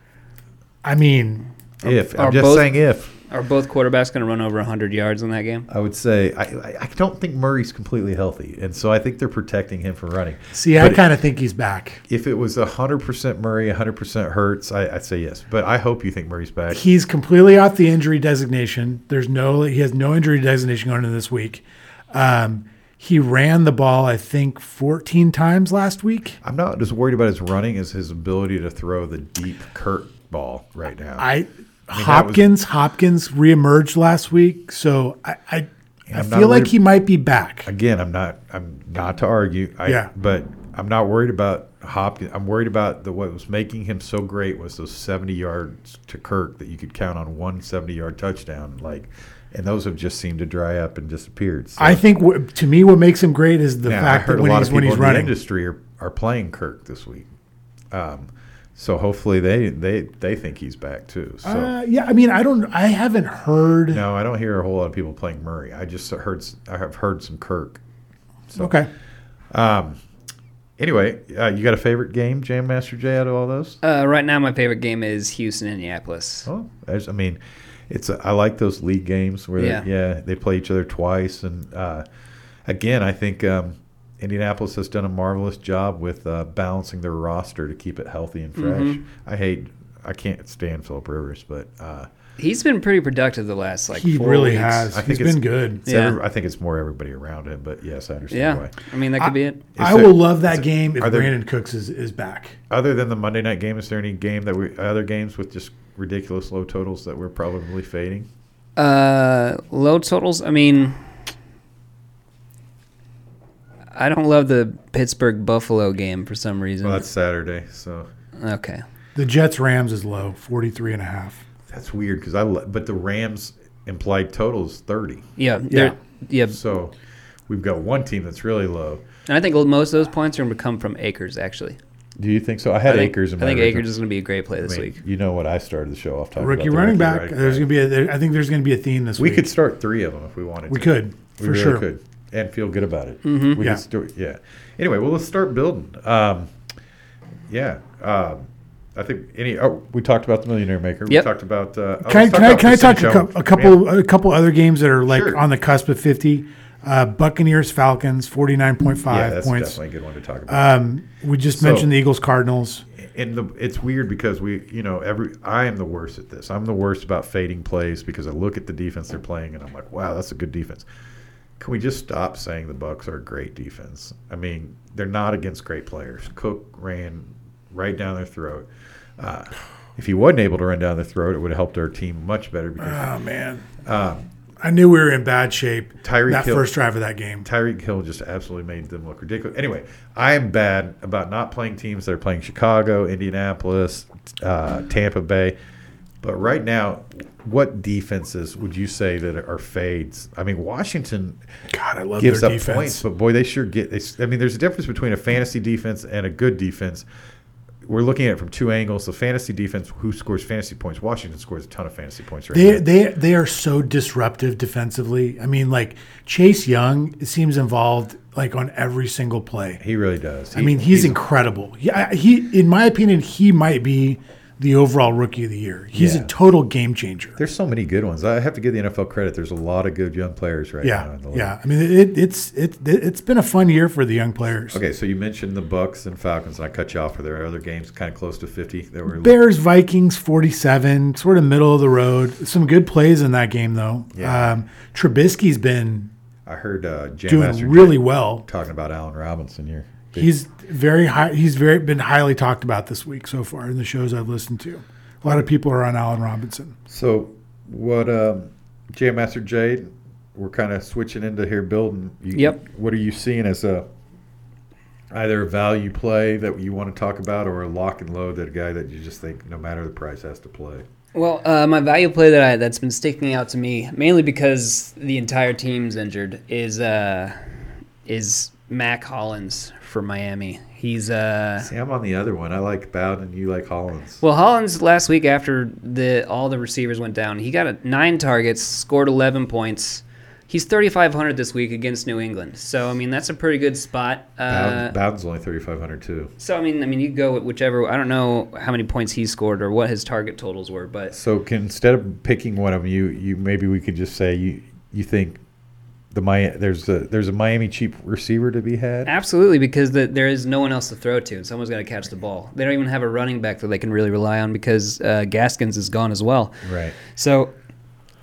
Speaker 7: I mean,
Speaker 3: If
Speaker 4: are
Speaker 3: I'm just
Speaker 4: both-
Speaker 3: saying, if
Speaker 4: Are both quarterbacks going to run over 100 yards in that game?
Speaker 3: I would say I, I, I don't think Murray's completely healthy, and so I think they're protecting him from running.
Speaker 7: see, I
Speaker 3: But-
Speaker 7: kind of think he's back.
Speaker 3: if it was 100% Murray, 100% Hurts, I, I'd say yes. But I hope you think Murray's back.
Speaker 7: He's completely off the injury designation. There's no, he has no injury designation going into this week. Um, he ran the ball, I think, 14 times last week.
Speaker 3: I'm not as worried about his running as his ability to throw the deep Kurt ball right now.
Speaker 7: I,
Speaker 3: was-
Speaker 7: Hopkins, Hopkins reemerged last week. So I, I, I
Speaker 3: I'm not
Speaker 7: feel like
Speaker 3: worried-
Speaker 7: he might be back.
Speaker 3: Again, I'm not. I'm not to argue. I,
Speaker 7: Yeah.
Speaker 3: But I'm not worried about Hopkins. I'm worried about the what was making him so great was those 70 yards to Kirk that you could count on one 70 yard touchdown. Like and those have just seemed to dry up and disappeared. So
Speaker 7: I think what, to me, what makes him great is the
Speaker 3: now, I
Speaker 7: fact
Speaker 3: heard a
Speaker 7: that when
Speaker 3: lot
Speaker 7: he's
Speaker 3: of people
Speaker 7: when he's
Speaker 3: in the
Speaker 7: running,
Speaker 3: industry are, are playing Kirk this week, um, so hopefully they they they think he's back too. So.
Speaker 7: Uh, yeah, I mean, I don't, I haven't heard.
Speaker 3: no, I don't hear a whole lot of people playing Murray. I just heard s- I have heard some Kirk.
Speaker 7: Okay,
Speaker 3: Anyway, uh, you got a favorite game, Jam Master Jay, out of all those?
Speaker 4: Uh, right now, my favorite game is Houston Indianapolis.
Speaker 3: Oh, there's, I mean, it's a, I like those league games where
Speaker 4: Yeah.
Speaker 3: They, yeah they play each other twice, and uh, again, I think um, Indianapolis has done a marvelous job with uh, balancing their roster to keep it healthy and fresh.
Speaker 4: Mm-hmm.
Speaker 3: I hate, I can't stand Philip Rivers, but uh,
Speaker 4: He's been pretty productive the last like
Speaker 7: he
Speaker 4: four
Speaker 7: really
Speaker 4: weeks.
Speaker 7: has.
Speaker 3: I think
Speaker 7: he's
Speaker 3: it's-
Speaker 7: been good.
Speaker 3: it's
Speaker 4: Yeah.
Speaker 3: every, I think it's more everybody around him. But yes, I understand
Speaker 4: Yeah,
Speaker 3: why.
Speaker 4: I mean that could be it.
Speaker 7: I
Speaker 3: there-
Speaker 7: will love that game if
Speaker 3: are there-
Speaker 7: Brandon Cooks is, is back.
Speaker 3: Other than the Monday night game, is there any game that we other games with just ridiculous low totals that we're probably fading?
Speaker 4: Uh, low totals. I mean, I don't love the Pittsburgh Buffalo game for some reason.
Speaker 3: Well, that's Saturday, so
Speaker 4: okay.
Speaker 7: The Jets Rams is low, 43 and a half.
Speaker 3: That's weird because I lo- but the Rams implied totals thirty,
Speaker 4: Yeah. Yeah. Yeah.
Speaker 3: so we've got one team that's really low.
Speaker 4: And I think most of those points are going to come from Acres. Actually,
Speaker 3: Do you think so? I had
Speaker 4: I think,
Speaker 3: Acres in
Speaker 4: I
Speaker 3: my.
Speaker 4: think
Speaker 3: original-
Speaker 4: Acres is going to be a great play this
Speaker 3: I mean,
Speaker 4: week.
Speaker 3: You know what? I started the show off talking
Speaker 7: Rookie
Speaker 3: about the
Speaker 7: running
Speaker 3: rookie
Speaker 7: back.
Speaker 3: running
Speaker 7: There's gonna be. A, there, I think there's gonna be a theme this
Speaker 3: We
Speaker 7: week.
Speaker 3: could start three of them if we wanted.
Speaker 7: We
Speaker 3: to.
Speaker 7: could,
Speaker 3: We
Speaker 7: for
Speaker 3: really
Speaker 7: sure.
Speaker 3: could, and feel good about it.
Speaker 4: Mm-hmm.
Speaker 3: We
Speaker 7: Yeah.
Speaker 3: could sto- yeah. Anyway, well, let's start building. Um, yeah. Um, I think any. Oh, we talked about the Millionaire Maker.
Speaker 4: Yep.
Speaker 3: We talked about. Uh, oh,
Speaker 7: Can I,
Speaker 3: let's
Speaker 7: can I,
Speaker 3: about
Speaker 7: can I
Speaker 3: Casino
Speaker 7: talk a,
Speaker 3: Show.
Speaker 7: cou- a couple uh, a couple other games that are like
Speaker 3: Sure.
Speaker 7: on the cusp of 50? Uh, Buccaneers Falcons 49.5
Speaker 3: Yeah, that's
Speaker 7: points.
Speaker 3: definitely a good one to talk about.
Speaker 7: Um, we just mentioned the Eagles Cardinals.
Speaker 3: and the, it's weird because we, you know, every I am the worst at this. I'm the worst about fading plays because I look at the defense they're playing and I'm like, wow, that's a good defense. Can we just stop saying the Bucks are a great defense? I mean, they're not against great players. Cook ran right down their throat. Uh, if he wasn't able to run down their throat, it would have helped our team much better because
Speaker 7: Oh man, I knew we were in bad shape.
Speaker 3: Um, Tyreek
Speaker 7: that
Speaker 3: Hill-
Speaker 7: first drive of that game.
Speaker 3: Tyreek Hill just absolutely made them look ridiculous. Anyway, I am bad about not playing teams that are playing Chicago, Indianapolis, uh, Tampa Bay. But right now, what defenses would you say that are fades? I mean, Washington
Speaker 7: God, I love
Speaker 3: gives
Speaker 7: their
Speaker 3: up
Speaker 7: defense.
Speaker 3: points, but boy, they sure get. They, I mean, there's a difference between a fantasy defense and a good defense. We're looking at it from two angles. The fantasy defense, who scores fantasy points? Washington scores a ton of fantasy points right
Speaker 7: They
Speaker 3: now.
Speaker 7: they they are so disruptive defensively. I mean, like Chase Young seems involved like on every single play.
Speaker 3: He really does.
Speaker 7: I mean, he's, incredible. Yeah, he in my opinion, he might be the overall rookie of the year. He's
Speaker 3: Yeah.
Speaker 7: a total game changer.
Speaker 3: There's so many good ones. I have to give the NFL credit. There's a lot of good young players right now
Speaker 7: Yeah,
Speaker 3: in the league.
Speaker 7: yeah. I mean, it, it's it it's been a fun year for the young players.
Speaker 3: Okay, so you mentioned the Bucks and Falcons, and I cut you off. Are there other games kind of close to 50 that were?
Speaker 7: Bears Vikings 47, sort of middle of the road. Some good plays in that game though.
Speaker 3: Yeah.
Speaker 7: Um, Trubisky's been
Speaker 3: I heard uh, Jam
Speaker 7: doing
Speaker 3: Master
Speaker 7: really
Speaker 3: Jay
Speaker 7: well.
Speaker 3: talking about Allen Robinson here.
Speaker 7: He's very high. He's very been highly talked about this week so far in the shows I've listened to. A lot of people are on Allen Robinson.
Speaker 3: So what? Um, Jam Master Jay, we're kind of switching into here building. You,
Speaker 4: Yep.
Speaker 3: What are you seeing as a either a value play that you want to talk about, or a lock and load that a guy that you just think no matter the price has to play?
Speaker 4: Well, uh, my value play that I, that's been sticking out to me mainly because the entire team's injured is uh, is Mac Hollins for Miami. He's uh,
Speaker 3: See, I'm on the other one. I like Bowden. You like Hollins.
Speaker 4: well Hollins last week after the all the receivers went down. He got a, nine targets, scored eleven points. He's 3,500 this week against New England. So I mean that's a pretty good spot.
Speaker 3: Bowden,
Speaker 4: Uh,
Speaker 3: Bowden's only 3,500 too.
Speaker 4: so I mean I mean you go with whichever. I don't know how many points he scored or what his target totals were, but
Speaker 3: So can, instead of picking one of them, you, you maybe we could just say you you think the Mi- there's a there's a Miami cheap receiver to be had.
Speaker 4: Absolutely, because the, there is no one else to throw to, and someone's got to catch the ball. They don't even have a running back that they can really rely on because uh, Gaskins is gone as well.
Speaker 3: Right.
Speaker 4: So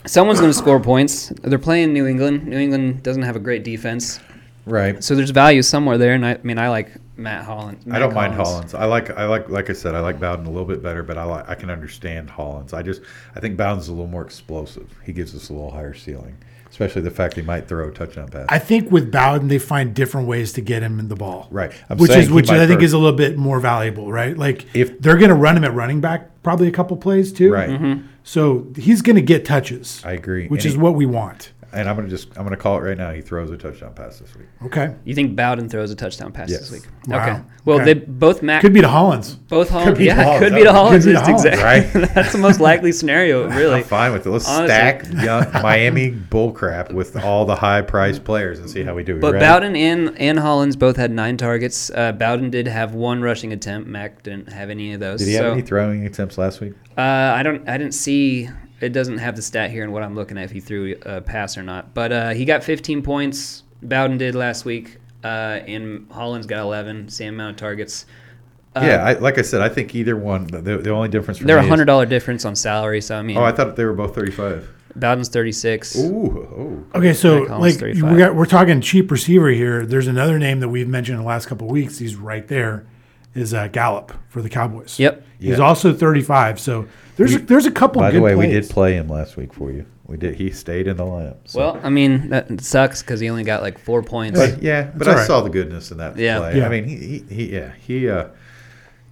Speaker 4: someone's going to score points. They're playing New England. New England doesn't have a great defense,
Speaker 3: Right.
Speaker 4: so there's value somewhere there. And I, I mean, I like Matt Holland.
Speaker 3: I don't mind Hollins. I like I like like I said I like Bowden a little bit better, but I like I can understand Hollins. I just I think Bowden's a little more explosive. He gives us a little higher ceiling. especially the fact he might throw a touchdown pass.
Speaker 7: I think with Bowden, they find different ways to get him in the ball.
Speaker 3: Right. I'm
Speaker 7: which
Speaker 3: saying
Speaker 7: is
Speaker 3: he
Speaker 7: which
Speaker 3: might
Speaker 7: I think
Speaker 3: throw-
Speaker 7: is a little bit more valuable, right? Like
Speaker 3: If-
Speaker 7: if they're going to run him at running back, probably a couple plays too.
Speaker 3: Right.
Speaker 7: So he's going to get touches.
Speaker 3: I agree.
Speaker 7: Which
Speaker 3: And
Speaker 7: is
Speaker 3: he-
Speaker 7: what we want.
Speaker 3: and I'm gonna just I'm gonna call it right now. He throws a touchdown pass this week.
Speaker 7: Okay.
Speaker 4: You think Bowden throws a touchdown pass
Speaker 3: Yes.
Speaker 4: this week?
Speaker 7: Wow.
Speaker 4: Okay. Well,
Speaker 7: Okay.
Speaker 4: they both Mac
Speaker 7: Could be to Hollins.
Speaker 4: both Hollins.
Speaker 3: be
Speaker 4: yeah,
Speaker 3: to Hollins.
Speaker 4: could be to Hollins.
Speaker 7: Could be to
Speaker 4: It's
Speaker 7: Hollins,
Speaker 4: exactly- that's the most likely scenario, really.
Speaker 3: I'm fine with it. Let's
Speaker 4: Honestly.
Speaker 3: stack young, Miami bullcrap with all the high priced players and see how we do.
Speaker 4: But
Speaker 3: right?
Speaker 4: Bowden and and Hollins both had nine targets. Uh, Bowden did have one rushing attempt. Mac didn't have any of those.
Speaker 3: did he have
Speaker 4: so,
Speaker 3: any throwing attempts last week?
Speaker 4: Uh, I don't. I didn't see. It doesn't have the stat here and what I'm looking at if he threw a pass or not. But uh, he got 15 points. Bowden did last week, uh, and Hollins got 11. Same amount of targets.
Speaker 3: yeah, I, like I said, I think either one. The, the only difference for
Speaker 4: Uh, They're
Speaker 3: me
Speaker 4: a
Speaker 3: is-
Speaker 4: hundred dollar difference on salary. So I mean,
Speaker 3: Oh, I thought they were both 35.
Speaker 4: Bowden's 36.
Speaker 3: Ooh, oh.
Speaker 7: Okay, so
Speaker 4: Mac Hollins,
Speaker 7: like
Speaker 4: 35.
Speaker 7: we got, we're talking cheap receiver here. There's another name that we've mentioned in the last couple of weeks. He's right there. Is uh, Gallup for the Cowboys?
Speaker 4: Yep.
Speaker 7: He's also 35. So there's a, there's a couple.
Speaker 3: By
Speaker 7: good
Speaker 3: the way, we
Speaker 7: plays.
Speaker 3: did play him last week for you. We did. He stayed in the lineup. So.
Speaker 4: Well, I mean that sucks because he only got like four points.
Speaker 3: But yeah, but
Speaker 7: all
Speaker 3: I
Speaker 7: right.
Speaker 3: saw the goodness in that
Speaker 4: Yeah.
Speaker 3: play.
Speaker 7: Yeah.
Speaker 3: I mean, he, he, he yeah, he uh,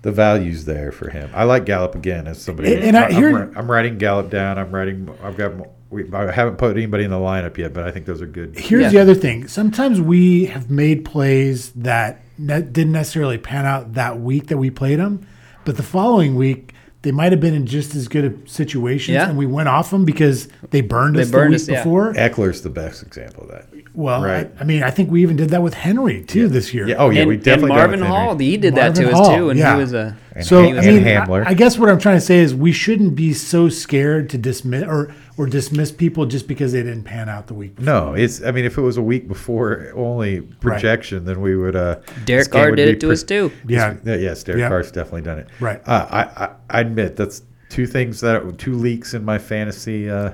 Speaker 3: the value's there for him. I like Gallup again as somebody.
Speaker 7: And- and I
Speaker 3: I'm,
Speaker 7: hear-
Speaker 3: ri- I'm writing Gallup down. I'm writing. I've got. mo- We, I haven't put anybody in the lineup yet, but I think those are good.
Speaker 7: Here's
Speaker 4: Yeah.
Speaker 7: the other thing. Sometimes we have made plays that ne- didn't necessarily pan out that week that we played them, but the following week they might have been in just as good of situations,
Speaker 4: Yeah.
Speaker 7: and we went off them because they burned
Speaker 4: They
Speaker 7: us
Speaker 4: burned
Speaker 7: the week
Speaker 4: us, yeah.
Speaker 7: before.
Speaker 3: Eckler's the best example of that.
Speaker 7: Well, I-
Speaker 3: Right.
Speaker 7: I, mean, I think we even did that with Henry too this year.
Speaker 3: Yeah. Oh yeah,
Speaker 4: and,
Speaker 3: we
Speaker 4: and
Speaker 3: definitely done
Speaker 4: Marvin
Speaker 3: with Henry.
Speaker 4: Hall, he did that
Speaker 7: Marvin
Speaker 4: to us
Speaker 7: Hall,
Speaker 4: too, and
Speaker 7: yeah.
Speaker 4: he was a
Speaker 7: So
Speaker 4: he
Speaker 7: I
Speaker 4: was
Speaker 7: mean,
Speaker 4: a-
Speaker 3: Hamler.
Speaker 7: I, I guess what I'm trying to say is we shouldn't be so scared to dismiss or or dismiss people just because they didn't pan out the week. before.
Speaker 3: No, it's. I mean, if it was a week before only projection, then we would. Uh, this
Speaker 4: Derek
Speaker 3: game
Speaker 4: Carr
Speaker 3: would
Speaker 4: did
Speaker 3: be
Speaker 4: it to
Speaker 3: pre-
Speaker 4: us too.
Speaker 7: Yeah,
Speaker 3: Yeah, yes, Derek
Speaker 7: Yeah.
Speaker 3: Carr's definitely done it.
Speaker 7: Right.
Speaker 3: Uh, I, I I admit that's two things that two leaks in my fantasy uh,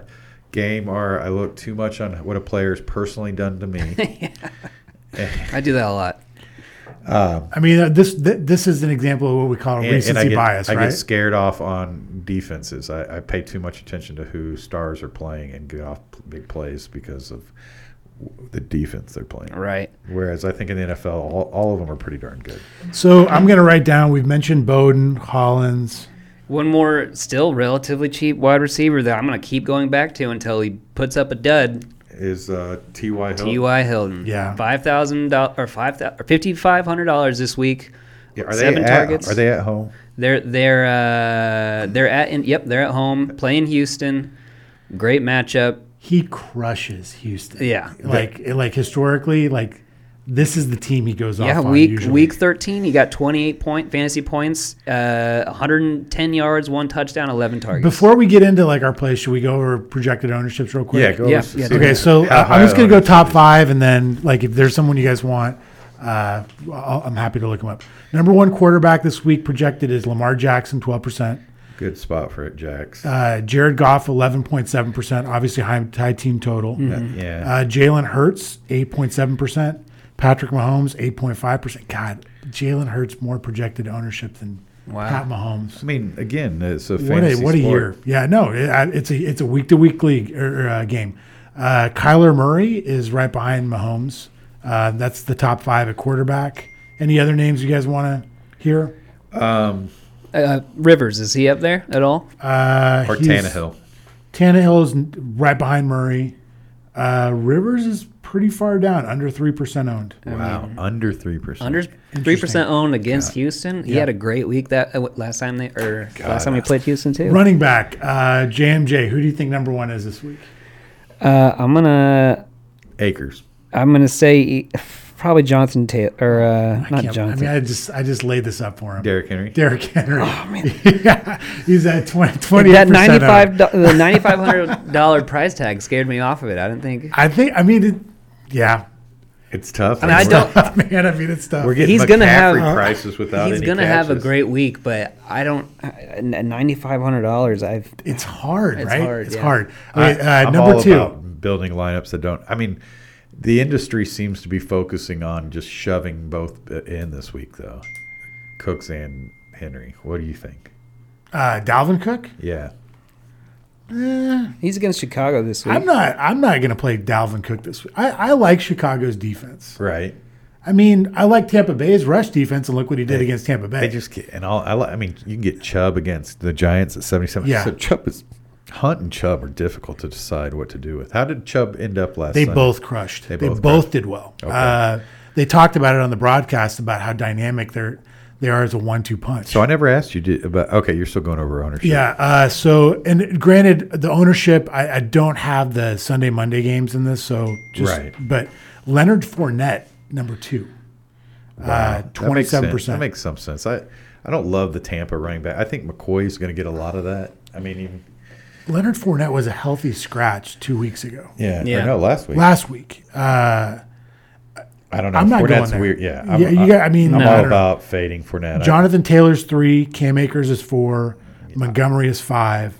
Speaker 3: game are I look too much on what a player's personally done to me.
Speaker 4: I do that a lot.
Speaker 7: I mean uh, this th- this is an example of what we call a
Speaker 3: And-
Speaker 7: recency
Speaker 3: and I get,
Speaker 7: bias,
Speaker 3: I
Speaker 7: right?
Speaker 3: get scared off on defenses. I, I pay too much attention to who stars are playing and get off p- big plays because of w- the defense they're playing.
Speaker 4: Right.
Speaker 3: Whereas I think in the NFL, all, all of them are pretty darn good.
Speaker 7: So I'm going to write down. We've mentioned Bowden, Hollins.
Speaker 4: One more still relatively cheap wide receiver that I'm going to keep going back to until he puts up a dud.
Speaker 3: Is uh, T.Y. Hill?
Speaker 4: T.Y. Hilton.
Speaker 7: Yeah.
Speaker 4: Five thousand dollars or five thousand or fifty five hundred dollars this week.
Speaker 3: Yeah, are
Speaker 4: seven
Speaker 3: they at,
Speaker 4: targets.
Speaker 3: Are they at home?
Speaker 4: They're they're uh, they're at in, yep they're at home playing Houston. Great matchup.
Speaker 7: He crushes Houston.
Speaker 4: Yeah.
Speaker 7: like like historically, like this is the team he goes
Speaker 4: Yeah,
Speaker 7: off on.
Speaker 4: week
Speaker 7: usually.
Speaker 4: week 13, he got 28 point fantasy points, uh, 110 yards, one touchdown, 11 targets.
Speaker 7: Before we get into like our plays, should we go over projected ownerships real quick?
Speaker 3: Yeah, go
Speaker 4: Yeah,
Speaker 3: s-
Speaker 4: yeah,
Speaker 3: see
Speaker 4: do
Speaker 7: Okay,
Speaker 3: what-
Speaker 7: so
Speaker 3: how
Speaker 7: uh,
Speaker 3: high
Speaker 7: I'm just gonna
Speaker 3: are
Speaker 7: go
Speaker 3: they?
Speaker 7: top five, and then like if there's someone you guys want, uh, I'll, I'm happy to look them up. Number one quarterback this week projected is Lamar Jackson, 12 percent.
Speaker 3: Good spot for it, Jax.
Speaker 7: Uh, Jared Goff, 11.7 percent. Obviously, high, high team total.
Speaker 3: Mm-hmm. yeah.
Speaker 7: Uh, Jalen Hurts, 8.7 percent. Patrick Mahomes, 8.5 percent. God, Jalen Hurts more projected ownership than
Speaker 4: Wow.
Speaker 7: Pat Mahomes.
Speaker 3: I mean, again, it's a
Speaker 7: What a
Speaker 3: fantasy
Speaker 7: what a
Speaker 3: sport.
Speaker 7: year! Yeah, no, it, I- it's a it's a week to week league or, uh, game. Uh, Kyler Murray is right behind Mahomes. Uh, that's the top five at quarterback. Any other names you guys want to hear?
Speaker 4: uh, Rivers, is he up there at all?
Speaker 7: Uh,
Speaker 3: Or
Speaker 7: he's-
Speaker 3: Tannehill.
Speaker 7: Tannehill is n- right behind Murray. Uh, Rivers is pretty far down, under three percent owned.
Speaker 3: Wow, under three percent.
Speaker 4: Under three percent owned against Houston. He had a great week that uh, last time they or last time we played Houston too.
Speaker 7: Running back, uh, JMJ. Who do you think number one is this week?
Speaker 4: Uh, I'm gonna
Speaker 3: acres.
Speaker 4: I'm gonna say e, probably Jonathan Taylor or uh,
Speaker 7: I can't- I mean, I just I just laid this up for him.
Speaker 3: Derrick Henry.
Speaker 7: Derrick Henry. Oh man, yeah, he's at twenty twenty.
Speaker 4: that ninety five the ninety five hundred dollar price tag scared me off of it. I didn't think
Speaker 7: I think. I mean, it, yeah.
Speaker 3: it's tough.
Speaker 4: mean, I don't-
Speaker 7: man, I mean, it's tough.
Speaker 3: We're getting
Speaker 4: He's
Speaker 3: McCaffrey
Speaker 4: gonna have-
Speaker 3: prices without
Speaker 4: he's
Speaker 3: any
Speaker 4: gonna have a
Speaker 3: catches.
Speaker 4: great week, but I don't. Ninety five Uh, hundred dollars. I've
Speaker 7: it's hard,
Speaker 4: It's
Speaker 7: right?
Speaker 4: hard,
Speaker 7: it's
Speaker 4: yeah.
Speaker 7: hard.
Speaker 3: I-
Speaker 7: Okay, uh,
Speaker 3: I'm
Speaker 7: number
Speaker 3: all
Speaker 7: two.
Speaker 3: about building lineups that don't. I mean, the industry seems to be focusing on just shoving both uh, in this week, though. Cooks and Henry. What do you think?
Speaker 7: Uh, Dalvin Cook.
Speaker 3: Yeah.
Speaker 4: He's against Chicago this week.
Speaker 7: I'm not. I'm not going to play Dalvin Cook this week. I, I like Chicago's defense.
Speaker 3: Right.
Speaker 7: I mean, I like Tampa Bay's rush defense, and look what he did against Tampa Bay.
Speaker 3: They just get, and all I, li- I mean, you can get Chubb against the Giants at seventy-seven.
Speaker 7: Yeah.
Speaker 3: So Chubb is Hunt and Chubb are difficult to decide what to do with. How did Chubb end up last?
Speaker 7: They
Speaker 3: Sunday?
Speaker 7: both crushed.
Speaker 3: They
Speaker 7: They,
Speaker 3: both
Speaker 7: both,
Speaker 3: crushed.
Speaker 7: did well. Uh, they talked about it on the broadcast about how dynamic they're they are as a one-two punch.
Speaker 3: So I never asked you did, about. Okay, you're still going over ownership.
Speaker 7: yeah. Uh, so and granted, the ownership. I, I don't have the Sunday Monday games in this, so just
Speaker 3: Right.
Speaker 7: but Leonard Fournette number two. Uh,
Speaker 3: That makes sense.
Speaker 7: Twenty-seven percent.
Speaker 3: That makes some sense. I, I don't love the Tampa running back. I think McCoy's going to get a lot of that. I mean, even,
Speaker 7: Leonard Fournette was a healthy scratch two weeks ago.
Speaker 3: yeah,
Speaker 4: Yeah.
Speaker 3: Or no, last week.
Speaker 7: Last week, uh,
Speaker 3: I don't know.
Speaker 7: I'm not
Speaker 3: Fournette's
Speaker 7: going there.
Speaker 3: weird. Yeah,
Speaker 7: Yeah, you got- I mean,
Speaker 3: I'm
Speaker 7: no, I
Speaker 3: all
Speaker 7: don't know.
Speaker 3: about fading Fournette. I-
Speaker 7: Jonathan Taylor's three, Cam Akers is four, Montgomery is five,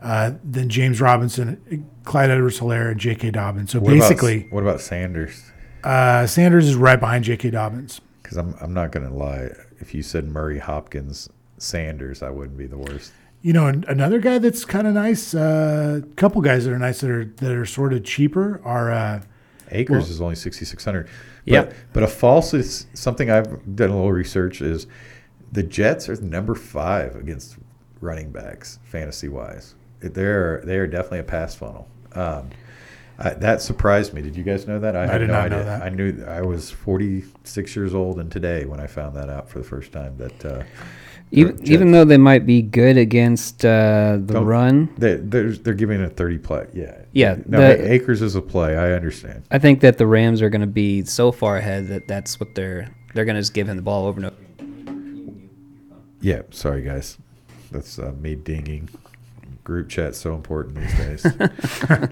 Speaker 7: uh, then James Robinson, Clyde Edwards Hilaire, and J.K. Dobbins. So
Speaker 3: What about-
Speaker 7: basically,
Speaker 3: what about Sanders?
Speaker 7: uh, Sanders is right behind J.K. Dobbins.
Speaker 3: Because I'm, I'm not going to lie. If you said Murray Hopkins Sanders, I wouldn't be the worst.
Speaker 7: You know, an, another guy that's kind of nice, a uh, couple guys that are nice that are that are sort of cheaper are uh,
Speaker 3: Acres is only 6,600.
Speaker 4: Yep.
Speaker 3: But, but a false is something I've done a little research is the Jets are number five against running backs fantasy wise. They're they are definitely a pass funnel. Um, I, that surprised me. Did you guys know that? I, had
Speaker 7: did
Speaker 3: no
Speaker 7: not know
Speaker 3: idea.
Speaker 7: that.
Speaker 3: I knew I was 46 years old and today when I found that out for the first time that uh,
Speaker 4: even,
Speaker 3: Jets.
Speaker 4: even though they might be good against uh, the
Speaker 3: Don't-
Speaker 4: run,
Speaker 3: they they're, they're giving it a 30 play. Yeah.
Speaker 4: Yeah,
Speaker 3: No,
Speaker 4: the-
Speaker 3: Acres is a play. I understand.
Speaker 4: I think that the Rams are going to be so far ahead that that's what they're they're going to just give him the ball over and over.
Speaker 3: Yeah, sorry guys. That's uh, me dinging. Group chat's so important these days. um,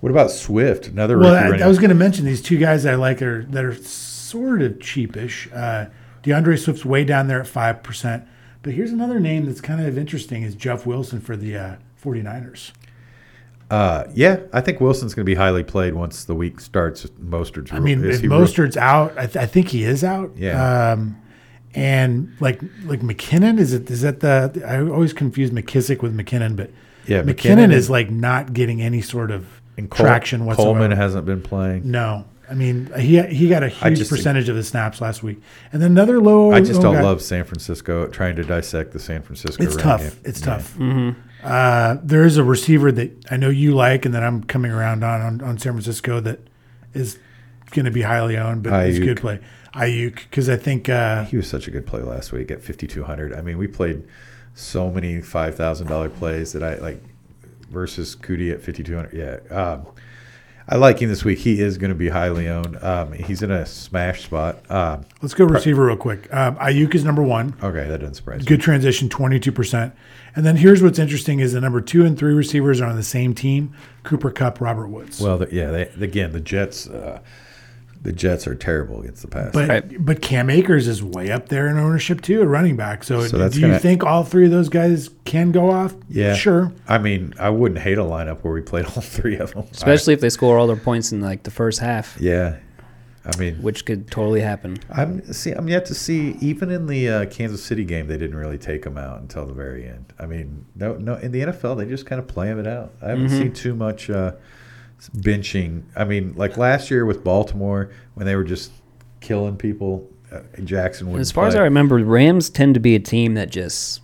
Speaker 3: what about Swift? Another
Speaker 7: Uh, Well,
Speaker 3: rookie
Speaker 7: I,
Speaker 3: running
Speaker 7: I was going to mention these two guys I like are that are sort of cheapish. Uh, DeAndre Swift's way down there at five percent, but here's another name that's kind of interesting: is Jeff Wilson for the uh, 49ers.
Speaker 3: uh, yeah, I think Wilson's going to be highly played once the week starts. Mostert's.
Speaker 7: I mean, if Mostert's out, I, th- I think he is out.
Speaker 3: Yeah.
Speaker 7: Um, and like like McKinnon is it is that the I always confuse McKissick with McKinnon, but
Speaker 3: Yeah,
Speaker 7: McKinnon,
Speaker 3: McKinnon
Speaker 7: is
Speaker 3: and-
Speaker 7: like not getting any sort of traction whatsoever.
Speaker 3: Coleman hasn't been playing.
Speaker 7: No, I mean he he got a huge
Speaker 3: just-
Speaker 7: percentage of the snaps last week, and then another low.
Speaker 3: I just
Speaker 7: oh,
Speaker 3: don't
Speaker 7: God.
Speaker 3: love San Francisco. Trying to dissect the San Francisco.
Speaker 7: It's
Speaker 3: running
Speaker 7: tough.
Speaker 3: game.
Speaker 7: It's
Speaker 3: Yeah.
Speaker 7: tough. Uh, there is a receiver that I know you like, and that I'm coming around on on, on San Francisco that is going to be highly owned, but it's
Speaker 3: Ayuk.
Speaker 7: good play. Ayuk, because I think uh,
Speaker 3: He was such a good play last week at 5200. I mean, we played so many $5,000 plays that I like versus Cootie at 5200. Yeah. Um, I like him this week. He is going to be highly owned. Um, he's in a smash spot. Um,
Speaker 7: let's go receiver real quick. Um, Ayuk is number one.
Speaker 3: okay, that doesn't surprise me.
Speaker 7: Good transition, twenty two percent. And then here's what's interesting: is the number two and three receivers are on the same team: Cooper Cup, Robert Woods.
Speaker 3: Well, the, yeah, they, again, the Jets uh, the Jets are terrible against the pass.
Speaker 7: But
Speaker 4: Right.
Speaker 7: but Cam Akers is way up there in ownership too, at running back. So,
Speaker 3: So that's
Speaker 7: do you
Speaker 3: gonna-
Speaker 7: think all three of those guys can go off?
Speaker 3: yeah.
Speaker 7: sure.
Speaker 3: I mean, I wouldn't hate a lineup where we played all three of them.
Speaker 4: Especially if they score all their points in like the first half,
Speaker 3: yeah. I mean,
Speaker 4: which could totally happen.
Speaker 3: I'm see. I'm yet to see. Even in the uh, Kansas City game, they didn't really take him out until the very end. I mean, no, no. In the NFL, they just kind of play him it out. I haven't
Speaker 7: Mm-hmm.
Speaker 3: seen too much uh, benching. I mean, like last year with Baltimore when they were just killing people. Uh, Jackson would.
Speaker 4: As far as I remember, Rams tend to be a team that just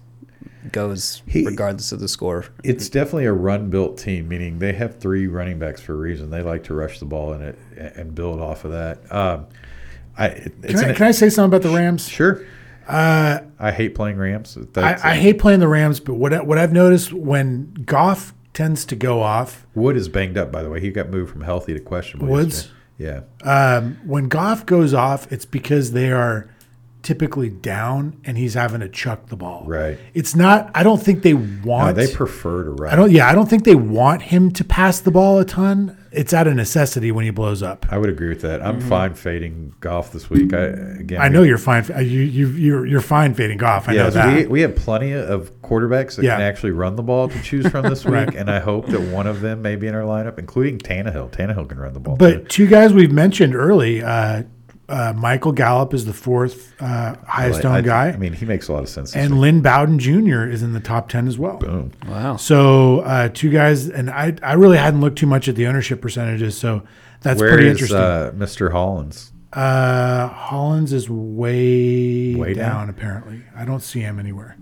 Speaker 4: goes
Speaker 3: He-
Speaker 4: regardless of the score.
Speaker 3: it's definitely a run built team, meaning they have three running backs for a reason. They like to rush the ball and it and build off of that. Um, I it, it's
Speaker 7: Can I,
Speaker 3: an-
Speaker 7: can I say something about the Rams?
Speaker 3: sure. Uh, I hate playing Rams. That's-
Speaker 7: I, I hate playing the Rams, but what I, what I've noticed when Goff tends to go off,
Speaker 3: Wood is banged up, by the way. He got moved from healthy to questionable.
Speaker 7: Woods?
Speaker 3: yesterday. Yeah.
Speaker 7: when Goff goes off, it's because they are typically down and he's having to chuck the ball.
Speaker 3: Right.
Speaker 7: It's not. I don't think they
Speaker 3: No,
Speaker 7: want.
Speaker 3: they prefer to run.
Speaker 7: I don't. Yeah, I don't think they want him to pass the ball a ton. It's out of necessity when he blows up.
Speaker 3: I would agree with that. I'm fine fading golf this week. I again.
Speaker 7: Mm-hmm. I
Speaker 3: we-
Speaker 7: know you're fine. You you you're you're fine fading Goff. I know
Speaker 3: Yes,
Speaker 7: that.
Speaker 3: we, we have plenty of quarterbacks that
Speaker 7: Yeah.
Speaker 3: can actually run the ball to choose from this week,
Speaker 7: Right.
Speaker 3: and I hope that one of them may be in our lineup, including Tannehill. Tannehill can run the ball. too.
Speaker 7: But two guys we've mentioned early, uh, uh, uh, Michael Gallup is the fourth uh, highest
Speaker 3: I-
Speaker 7: owned guy,
Speaker 3: I mean, he makes a lot of sense. this
Speaker 7: and
Speaker 3: week.
Speaker 7: Lynn Bowden Jr. is in the top ten as well.
Speaker 3: boom.
Speaker 4: Wow.
Speaker 7: So uh, two guys, and I I really hadn't looked too much at the ownership percentages, so that's
Speaker 3: Where
Speaker 7: pretty
Speaker 3: is,
Speaker 7: interesting. Uh,
Speaker 3: uh, Mr. Hollins?
Speaker 7: Hollins is way,
Speaker 3: Way down?
Speaker 7: down, apparently. I don't see him anywhere.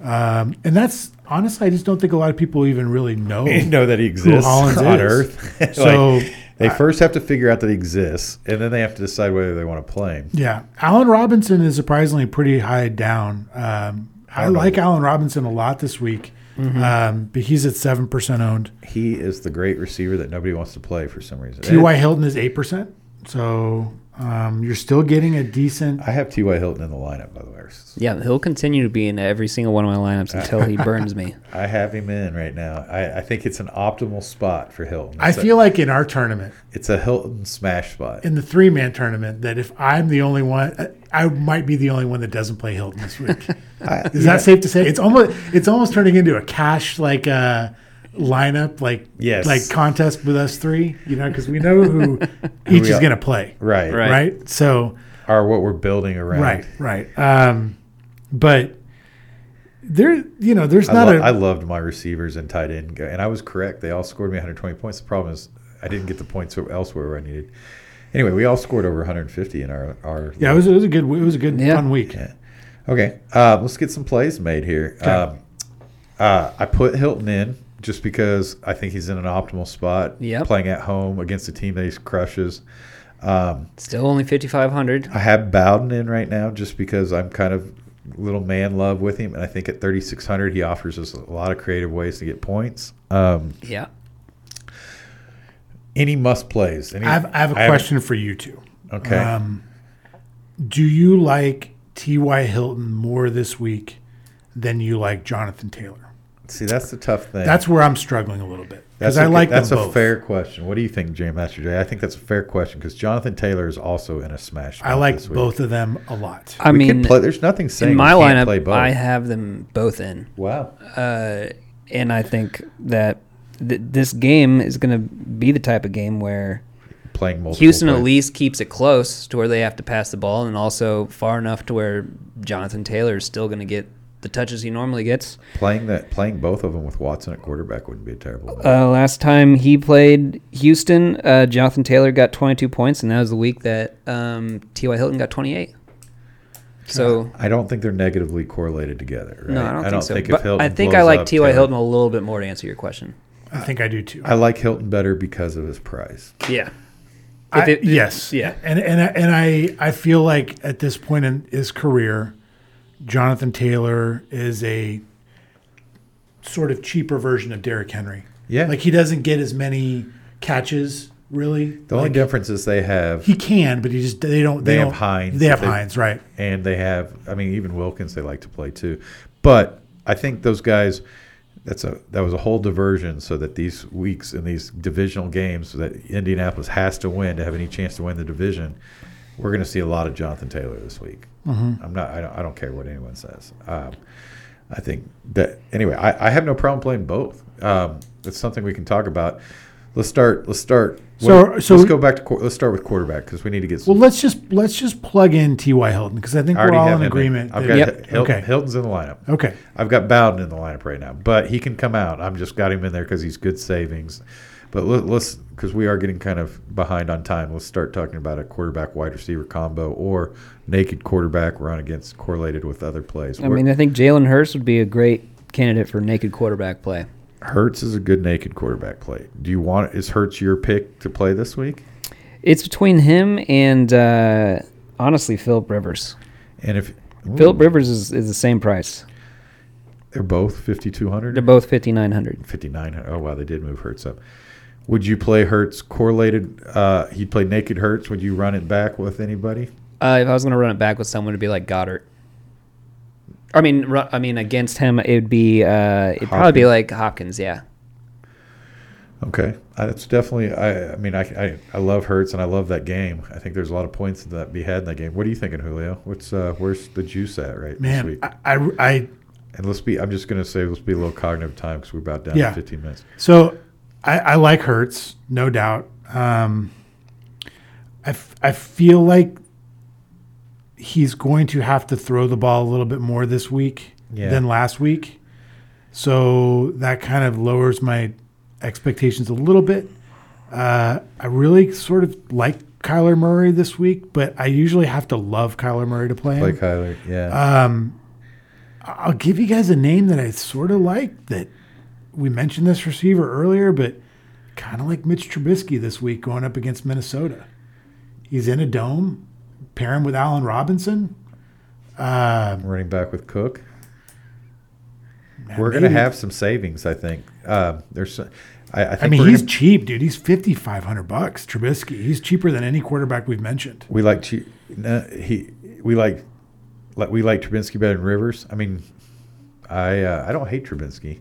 Speaker 7: Um, and that's honestly, I just don't think a lot of people even really know.
Speaker 3: You know that he exists
Speaker 7: Hollins
Speaker 3: on
Speaker 7: is.
Speaker 3: Earth. Like,
Speaker 7: So,
Speaker 3: they first have to figure out that he exists, and then they have to decide whether they want to play him.
Speaker 7: Yeah, Allen Robinson is surprisingly pretty high down. Um, I,
Speaker 3: don't know.
Speaker 7: like Allen Robinson a lot this week, um, but he's at seven percent owned.
Speaker 3: He is the great receiver that nobody wants to play for some reason.
Speaker 7: T.Y. Hilton is eight percent, so um, you're still getting a decent.
Speaker 3: I have T.Y. Hilton in the lineup, by the way.
Speaker 4: Yeah, he'll continue to be in every single one of my lineups
Speaker 3: Uh,
Speaker 4: until he burns me.
Speaker 3: I have him in right now. I, I think it's an optimal spot for Hilton.
Speaker 7: I
Speaker 3: It's a-
Speaker 7: feel like in our tournament,
Speaker 3: it's a Hilton smash spot.
Speaker 7: in the three man tournament, that if I'm the only one, I might be the only one that doesn't play Hilton this week. Is that safe to say? It's almost it's almost turning into a cash like uh, lineup like
Speaker 3: Yes.
Speaker 7: like contest with us three, you know, because we know who each
Speaker 3: we
Speaker 7: is
Speaker 3: are.
Speaker 7: going to play,
Speaker 3: Right.
Speaker 4: Right.
Speaker 7: right? So
Speaker 3: Are what we're building around.
Speaker 7: right, right. Um, but there, you know, there's
Speaker 3: I,
Speaker 7: not
Speaker 3: lo-
Speaker 7: a
Speaker 3: I loved my receivers and tight end, go- and I was correct. They all scored me 120 points. The problem is I didn't get the points elsewhere where I needed. Anyway, we all scored over 150 in our our.
Speaker 7: yeah. It was, it was a good it was a good
Speaker 4: Yeah.
Speaker 7: fun week.
Speaker 3: Okay, uh, let's get some plays made here. Um, uh, I put Hilton in just because I think he's in an optimal spot.
Speaker 4: Yep.
Speaker 3: Playing at home against a team that he crushes.
Speaker 4: Still only 5,500.
Speaker 3: I have Bowden in right now just because I'm kind of little man love with him, and I think at 3600 he offers us a lot of creative ways to get points. Um,
Speaker 4: Yeah.
Speaker 3: any must plays. Any,
Speaker 7: I have, I have a
Speaker 3: haven't-
Speaker 7: question for you two.
Speaker 3: Okay.
Speaker 7: um, Do you like T.Y. Hilton more this week than you like Jonathan Taylor?
Speaker 3: See, that's the tough thing.
Speaker 7: That's where I'm struggling a little bit
Speaker 3: That's
Speaker 7: because I
Speaker 3: a-
Speaker 7: like
Speaker 3: that's
Speaker 7: them
Speaker 3: a
Speaker 7: both.
Speaker 3: fair question. What do you think, Jam Master Jay? I think that's a fair question because Jonathan Taylor is also in a smash.
Speaker 7: I
Speaker 3: spot
Speaker 7: like
Speaker 3: this week.
Speaker 7: both of them a lot.
Speaker 4: I
Speaker 3: we
Speaker 4: mean,
Speaker 3: can play. There's nothing saying
Speaker 4: in my
Speaker 3: we can't play
Speaker 4: lineup,
Speaker 3: both.
Speaker 4: I have them both in.
Speaker 3: wow.
Speaker 4: And I think that th- this game is going to be the type of game where
Speaker 3: Playing multiple.
Speaker 4: Houston
Speaker 3: players.
Speaker 4: at least keeps it close to where they have to pass the ball and also far enough to where Jonathan Taylor is still going to get the touches he normally gets.
Speaker 3: playing that playing both of them with Watson at quarterback wouldn't be a terrible. idea.
Speaker 4: Uh, last time he played Houston, uh, Jonathan Taylor got 22 points, and that was the week that um, T.Y. Hilton got 28. So,
Speaker 3: I don't think they're negatively correlated together. Right?
Speaker 4: no, I don't think so.
Speaker 3: if
Speaker 4: but
Speaker 3: Hilton
Speaker 4: I think
Speaker 3: blows
Speaker 4: I like
Speaker 3: up
Speaker 4: T.Y.
Speaker 3: Taylor-
Speaker 4: Hilton a little bit more to answer your question.
Speaker 7: I think I do too.
Speaker 3: I like Hilton better because of his price.
Speaker 4: Yeah.
Speaker 7: I-
Speaker 4: it-
Speaker 7: yes,
Speaker 4: yeah.
Speaker 7: and and I, and I I feel like at this point in his career, Jonathan Taylor is a sort of cheaper version of Derrick Henry.
Speaker 3: Yeah.
Speaker 7: like he doesn't get as many catches really.
Speaker 3: The only
Speaker 7: Like,
Speaker 3: difference is they have
Speaker 7: he can, but he just they don't they,
Speaker 3: They have
Speaker 7: don't-
Speaker 3: Hines.
Speaker 7: They have
Speaker 3: They-
Speaker 7: Hines, right?
Speaker 3: and they have I mean even Wilkins they like to play too. But I think those guys that's a that was a whole diversion so that these weeks in these divisional games that Indianapolis has to win to have any chance to win the division. We're going to see a lot of Jonathan Taylor this week.
Speaker 7: Mm-hmm.
Speaker 3: I'm not. I don't, I don't care what anyone says. Um, I think that anyway. I, I have no problem playing both. Um, it's something we can talk about. Let's start. Let's start.
Speaker 7: So-
Speaker 3: what-
Speaker 7: so-
Speaker 3: let's go back to. quar- Let's start with quarterback because we need to get. Some,
Speaker 7: Well, let's just let's just plug in T.Y. Hilton because I think
Speaker 3: I already
Speaker 7: we're all
Speaker 3: have
Speaker 7: in
Speaker 3: him
Speaker 7: agreement.
Speaker 3: I've
Speaker 7: that-
Speaker 3: got
Speaker 4: Yep.
Speaker 3: Hilton,
Speaker 7: Okay.
Speaker 3: Hilton's in the lineup.
Speaker 7: Okay.
Speaker 3: I've got Bowden in the lineup right now, but he can come out. I'm just got him in there because he's good savings. But let, let's because we are getting kind of behind on time. Let's start talking about a quarterback wide receiver combo or naked quarterback run against correlated with other plays.
Speaker 4: I mean, I think Jalen Hurst would be a great candidate for naked quarterback play.
Speaker 3: Hertz is a good naked quarterback play. Do you want is Hertz your pick to play this week?
Speaker 4: It's between him and uh, honestly Philip Rivers.
Speaker 3: And if ooh,
Speaker 4: Philip Rivers is, is the same price.
Speaker 3: they're both 5200
Speaker 4: They're both 5900.
Speaker 3: 5900. Oh wow, they did move Hertz up. Would you play Hertz correlated? Uh, he'd play naked Hertz. Would you run it back with anybody?
Speaker 4: Uh, if I was going to run it back with someone, it'd be like Goddard. I mean, ru- I mean against him, it would be uh, it'd probably be
Speaker 3: Hopkins.
Speaker 4: like Hopkins. Yeah,
Speaker 3: Okay, I- that's definitely. I, I mean, I, I I love Hertz and I love that game. I think there's a lot of points that be had in that game. What are you thinking, Julio? What's uh, where's the juice at right this
Speaker 7: Man,
Speaker 3: week?
Speaker 7: I, I, I
Speaker 3: and let's be. I'm just gonna say let's be a little cognitive time because we're about down
Speaker 7: Yeah.
Speaker 3: to 15 minutes.
Speaker 7: so I, I like Hertz, no doubt. Um, I, f- I feel like he's going to have to throw the ball a little bit more this week
Speaker 3: Yeah.
Speaker 7: than last week. So that kind of lowers my expectations a little bit. Uh, I really sort of like Kyler Murray this week, but I usually have to love Kyler Murray to play him.
Speaker 3: Play Kyler. Yeah.
Speaker 7: Uh, I'll give you guys a name that I sort of like that we mentioned this receiver earlier, but kind of like Mitch Trubisky this week going up against Minnesota. He's in a dome, pair him with Allen Robinson.
Speaker 3: running back with Cook.
Speaker 7: Man,
Speaker 3: We're going to
Speaker 7: maybe-
Speaker 3: have some savings, I think. Um, there's, so- I, I think
Speaker 7: I mean,
Speaker 3: we're
Speaker 7: he's
Speaker 3: gonna-
Speaker 7: cheap, dude. He's fifty five hundred bucks. Trubisky. He's cheaper than any quarterback we've mentioned.
Speaker 3: we like che- no, he we like like we like Trubinsky better than Rivers. I mean, I uh, I don't hate Trubinsky.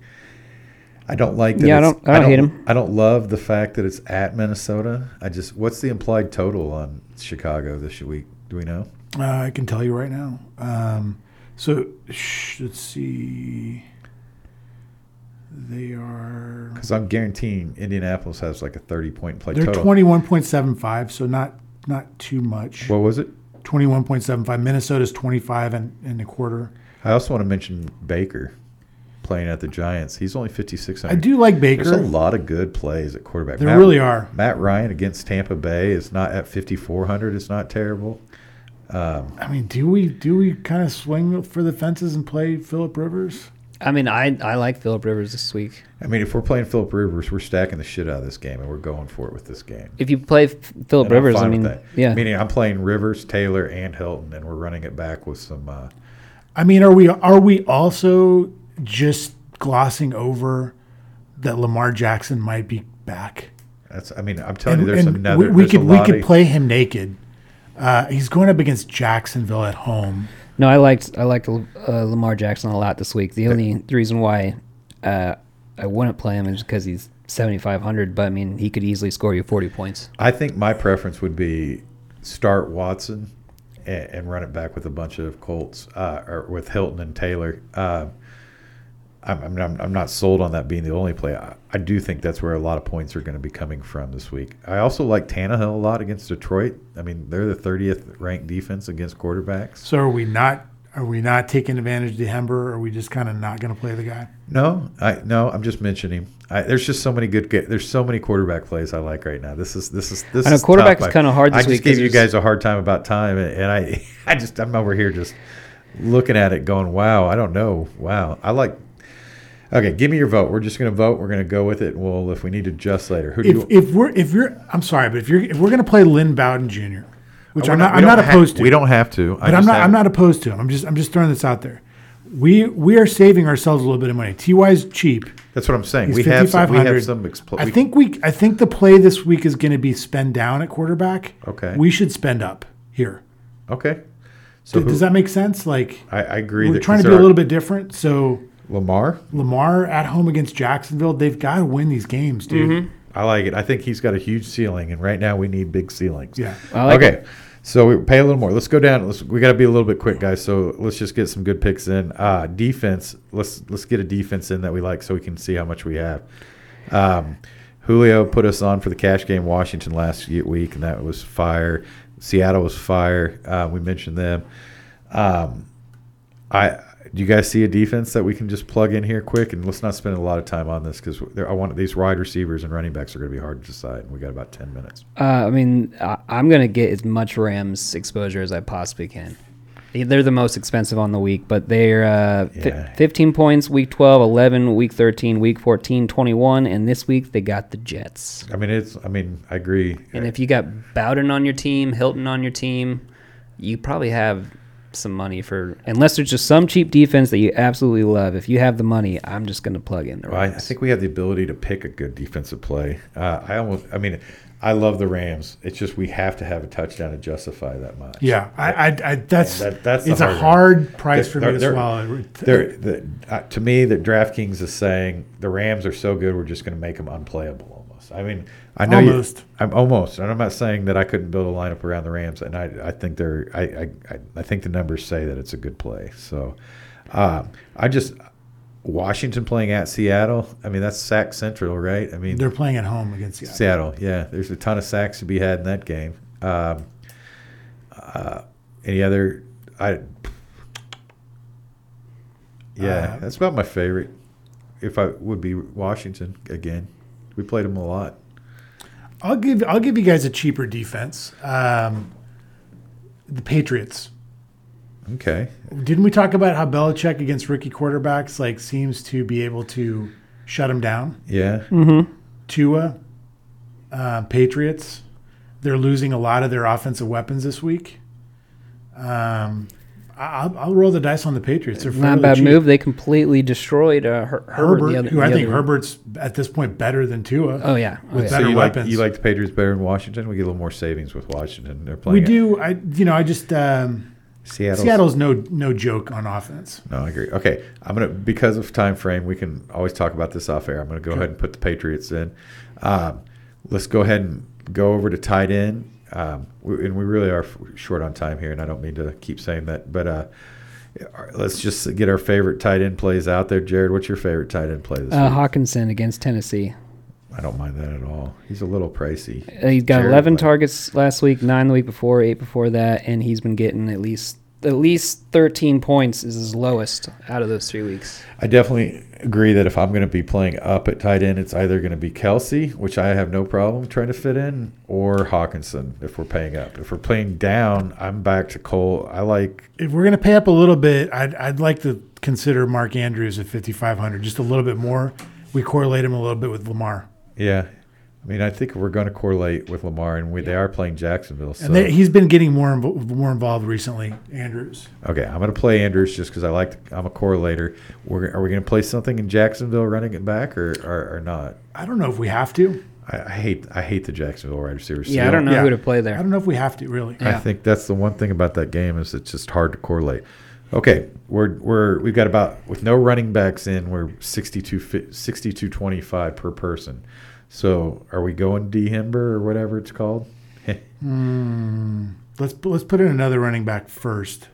Speaker 3: I don't like that.
Speaker 4: Yeah, I
Speaker 3: it's-
Speaker 4: don't- I don't hate him.
Speaker 3: I don't love the fact that it's at Minnesota. I just what's the implied total on Chicago this week? Do we know?
Speaker 7: Uh, I can tell you right now. Um, so sh- let's see. They are
Speaker 3: Because I'm guaranteeing Indianapolis has like a 30 point play
Speaker 7: they're
Speaker 3: total.
Speaker 7: twenty one point seven five, so not not too much.
Speaker 3: What was it?
Speaker 7: 21.75. Minnesota's 25 and, and a quarter.
Speaker 3: I also want to mention Baker playing at the Giants. He's only 5600.
Speaker 7: I do like
Speaker 3: There's a
Speaker 7: Baker.
Speaker 3: lot of good plays at quarterback.
Speaker 7: There really are.
Speaker 3: Matt Ryan against Tampa Bay is not at 5400. It's not terrible.
Speaker 7: I mean, do we do we kind of swing for the fences and play Philip Rivers?
Speaker 4: I mean, I I like Philip Rivers this week.
Speaker 3: I mean, if we're playing Philip Rivers, we're stacking the shit out of this game, and we're going for it with this game.
Speaker 4: If you play
Speaker 3: And
Speaker 4: Philip
Speaker 3: I'm
Speaker 4: Rivers, I
Speaker 3: fine with
Speaker 4: mean,
Speaker 3: that.
Speaker 4: yeah,
Speaker 3: Meaning, I'm playing Rivers, Taylor, and Hilton, and we're running it back with some. Uh,
Speaker 7: I mean, are we are we also just glossing over that Lamar Jackson might be back?
Speaker 3: that's. I mean, I'm telling you, Oh, there's another.
Speaker 7: we, we
Speaker 3: there's a
Speaker 7: could we
Speaker 3: lot
Speaker 7: could
Speaker 3: of-
Speaker 7: play him naked. Uh, he's going up against Jacksonville at home.
Speaker 4: No, I liked I liked uh, Lamar Jackson a lot this week. The only reason why uh, I wouldn't play him is because he's seventy five hundred. But I mean, he could easily score you forty points.
Speaker 3: I think my preference would be start Watson and, and run it back with a bunch of Colts uh, or with Hilton and Taylor. Um I'm, I'm, I'm- I'm not sold on that being the only play. I, I do think that's where a lot of points are going to be coming from this week. I also like Tannehill a lot against Detroit. I mean, they're the 30th ranked defense against quarterbacks.
Speaker 7: So are we not are we not taking advantage of Dehember? Or are we just kind of not going to play the guy?
Speaker 3: No, I no, I'm just mentioning. I, there's just so many good. ga- There's so many quarterback plays I like right now. This is this is this.
Speaker 4: I know
Speaker 3: is
Speaker 4: quarterback
Speaker 3: top
Speaker 4: is kinda
Speaker 3: five.
Speaker 4: hard
Speaker 3: I
Speaker 4: this
Speaker 3: just
Speaker 4: week 'cause
Speaker 3: gave you
Speaker 4: there's-
Speaker 3: guys a hard time about time, and, and I I just I'm over here just looking at it, going, wow, I don't know, wow, I like. Okay, give me your vote. We're just gonna vote. We're gonna go with it. Well, if we need to adjust later, who do
Speaker 7: if,
Speaker 3: you?
Speaker 7: if we're if you're I'm sorry, but if you're if we're gonna play Lynn Bowden Jr., which
Speaker 3: Uh, We're
Speaker 7: I'm not,
Speaker 3: we
Speaker 7: I'm
Speaker 3: don't
Speaker 7: not
Speaker 3: ha-
Speaker 7: opposed to,
Speaker 3: We don't have to.
Speaker 7: but I'm not I'm not opposed to him. I'm just I'm just throwing this out there. We we are saving ourselves a little bit of money. Ty is cheap.
Speaker 3: That's what I'm saying.
Speaker 7: He's
Speaker 3: We have some. We
Speaker 7: 5500.
Speaker 3: have some. Expl-
Speaker 7: I
Speaker 3: we-
Speaker 7: think we I think the play this week is going to be spend down at quarterback.
Speaker 3: Okay.
Speaker 7: we should spend up here.
Speaker 3: Okay. So
Speaker 7: D-
Speaker 3: who-
Speaker 7: Does that make sense? Like
Speaker 3: I, I agree.
Speaker 7: we're
Speaker 3: that
Speaker 7: trying to be a
Speaker 3: consider-
Speaker 7: little bit different. So
Speaker 3: Lamar.
Speaker 7: Lamar at home against Jacksonville, they've got to win these games, dude.
Speaker 3: I like it. I think he's got a huge ceiling, and right now we need big ceilings.
Speaker 7: Yeah.
Speaker 4: like
Speaker 3: okay. So we pay a little more. Let's go down. Let's, we got to be a little bit quick, guys. So let's just get some good picks in. Uh, defense. Let's let's get a defense in that we like, so we can see how much we have. Um, Julio put us on for the cash game Washington last ye- week, and that was fire. Seattle was fire. Uh, we mentioned them. I do you guys see a defense that we can just plug in here quick and let's not spend a lot of time on this because I want these wide receivers and running backs are going to be hard to decide. and We got about ten minutes.
Speaker 4: Uh, I mean, I, I'm gonna get as much Rams exposure as I possibly can. They're the most expensive on the week, but they're uh, fi-
Speaker 3: Yeah.
Speaker 4: 15 points week 12, 11 week 13, week 14, 21, and this week they got the Jets.
Speaker 3: I mean, it's. I mean, I agree.
Speaker 4: And if you got Bowden on your team, Hilton on your team, you probably have some money for unless there's just some cheap defense that you absolutely love. If you have the money, I'm just going to plug in the
Speaker 3: I, I
Speaker 4: Rams.
Speaker 3: think we have the ability to pick a good defensive play. Uh, I almost. I mean, I love the Rams. It's just we have to have a touchdown to justify that much.
Speaker 7: Yeah, I, I, I that's
Speaker 3: That- that's the
Speaker 7: it's a
Speaker 3: hard
Speaker 7: hard price
Speaker 3: They're-
Speaker 7: for me to
Speaker 3: they're-
Speaker 7: swallow.
Speaker 3: They're, the, uh, to me, that DraftKings is saying the Rams are so good, we're just going to make them unplayable almost. I mean, I know you-
Speaker 7: Almost.
Speaker 3: I'm almost, and I'm not saying that I couldn't build a lineup around the Rams, and I, I think they're, I, I, I- I think the numbers say that it's a good play. So, um, I just Washington playing at Seattle. I mean, that's Sac Central, right? I mean,
Speaker 7: They're playing at home against Seattle.
Speaker 3: Seattle. Yeah, there's a ton of sacks to be had in that game. Um, uh, any other? I. Yeah,
Speaker 7: Uh,
Speaker 3: that's about my favorite. If I would be Washington again, we played them a lot.
Speaker 7: I'll give I'll give you guys a cheaper defense. Um, the Patriots.
Speaker 3: Okay,
Speaker 7: Didn't we talk about how Belichick against rookie quarterbacks like seems to be able to shut him down?
Speaker 3: yeah,
Speaker 7: Mm-hmm. Tua, uh, Patriots. They're losing a lot of their offensive weapons this week. Um, I- I'll, I'll roll the dice on the Patriots. They're
Speaker 4: Not a
Speaker 7: fairly
Speaker 4: bad
Speaker 7: cheap.
Speaker 4: move. They completely destroyed uh, Her- Herbert.
Speaker 7: Herbert,
Speaker 4: the other,
Speaker 7: who I
Speaker 4: the
Speaker 7: think
Speaker 4: other-
Speaker 7: Herbert's at this point better than Tua.
Speaker 4: Oh yeah. Oh,
Speaker 7: With
Speaker 4: yeah.
Speaker 7: that- Better
Speaker 3: you
Speaker 7: weapons.
Speaker 3: Like, you like the Patriots better in Washington? We get a little more savings with Washington. They're playing.
Speaker 7: we
Speaker 3: at
Speaker 7: do. I you know I just um,
Speaker 3: Seattle's-
Speaker 7: Seattle's no no joke on offense.
Speaker 3: No, I agree. Okay, I'm gonna because of time frame, we can always talk about this off air. I'm gonna go ahead and put the Patriots in. Um, let's go ahead and go over to tight end, um, we, and we really are f- short on time here, and I don't mean to keep saying that, but uh, our- let's just get our favorite tight end plays out there. Jared, what's your favorite tight end play this
Speaker 4: Uh,
Speaker 3: week?
Speaker 4: Hawkinson against Tennessee.
Speaker 3: I don't mind that at all. He's a little pricey.
Speaker 4: Uh, He's got
Speaker 3: Jared,
Speaker 4: 11
Speaker 3: like-
Speaker 4: targets last week, nine the week before, eight before that, and he's been getting at least at least 13 points is his lowest out of those three weeks.
Speaker 3: I definitely agree that if I'm going to be playing up at tight end, it's either going to be Kelsey, which I have no problem trying to fit in, or Hawkinson if we're paying up. If we're playing down, I'm back to Cole. I like
Speaker 7: If we're gonna pay up a little bit, I'd I'd like to consider Mark Andrews at 5500, just a little bit more. We correlate him a little bit with Lamar,
Speaker 3: yeah. I mean, I think we're going to correlate with Lamar, and we, they are playing Jacksonville. So
Speaker 7: and they, he's been getting more invo- more involved recently. Andrews.
Speaker 3: okay, I'm going to play Andrews just because I like. I'm a correlator. We're, are we going to play something in Jacksonville running it back or or, or not?
Speaker 7: I don't know if we have to.
Speaker 3: I, I hate I hate the Jacksonville wide receivers.
Speaker 4: Yeah, I don't know
Speaker 7: yeah.
Speaker 4: who to play
Speaker 7: I
Speaker 4: there.
Speaker 7: don't know if we have to really.
Speaker 3: I think that's the one thing about that game is it's just hard to correlate. Okay, we're we're we've got about with no running backs in, we're 62 fi- 62 25 per person. So, are we going D Hember or whatever it's called?
Speaker 7: Let's let's put in another running back first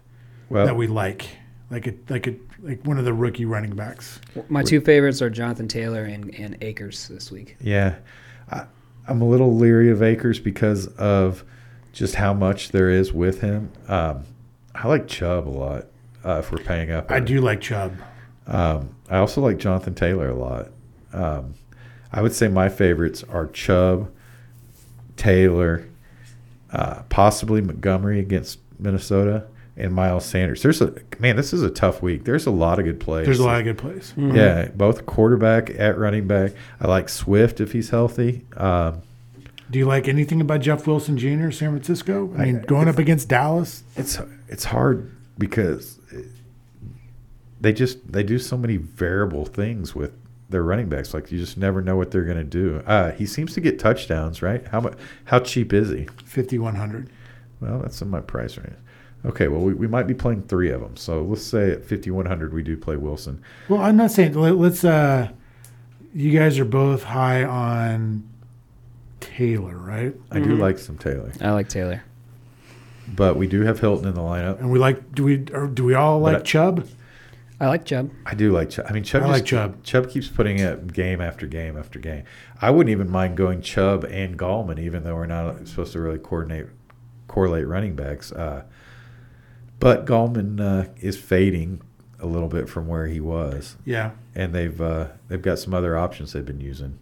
Speaker 3: Well,
Speaker 7: that we like, like a like a like one of the rookie running backs.
Speaker 4: My two favorites are Jonathan Taylor and, and Akers this week.
Speaker 3: yeah. I, I'm a little leery of Akers because of just how much there is with him. Um, I like Chubb a lot uh, if we're paying up.
Speaker 7: I
Speaker 3: on it.
Speaker 7: do like Chubb.
Speaker 3: Um, I also like Jonathan Taylor a lot. Um, I would say my favorites are Chubb, Taylor, uh, possibly Montgomery against Minnesota, and Miles Sanders. There's a man. This is a tough week. There's a lot of good plays.
Speaker 7: There's a lot of good plays.
Speaker 3: Yeah, both quarterback at running back. I like Swift if he's healthy. Um,
Speaker 7: Do you like anything about Jeff Wilson Jr. San Francisco? I mean, going up against Dallas,
Speaker 3: it's it's hard because it- they just they do so many variable things with their running backs. Like you just never know what they're going to do. Uh, he seems to get touchdowns, right? How much? How cheap is he?
Speaker 7: fifty one hundred.
Speaker 3: Well, that's in my price range. Okay, well we, we might be playing three of them. So let's say at fifty one hundred we do play Wilson.
Speaker 7: Well, I'm not saying let, let's. uh You guys are both high on Taylor, right?
Speaker 3: I do like some Taylor,
Speaker 4: I like Taylor.
Speaker 3: but we do have Hilton in the lineup.
Speaker 7: And we like. Do we? Or do we all like
Speaker 3: I-
Speaker 7: Chubb?
Speaker 4: I like Chubb.
Speaker 3: I do like. Chubb. I mean, Chubb.
Speaker 7: I
Speaker 3: just-
Speaker 7: like Chubb.
Speaker 3: Chubb keeps putting up game after game after game. I wouldn't even mind going Chubb and Gallman, even though we're not supposed to really coordinate correlate running backs. Uh, but Gallman uh, is fading a little bit from where he was,
Speaker 7: Yeah.
Speaker 3: and they've uh, they've got some other options they've been using.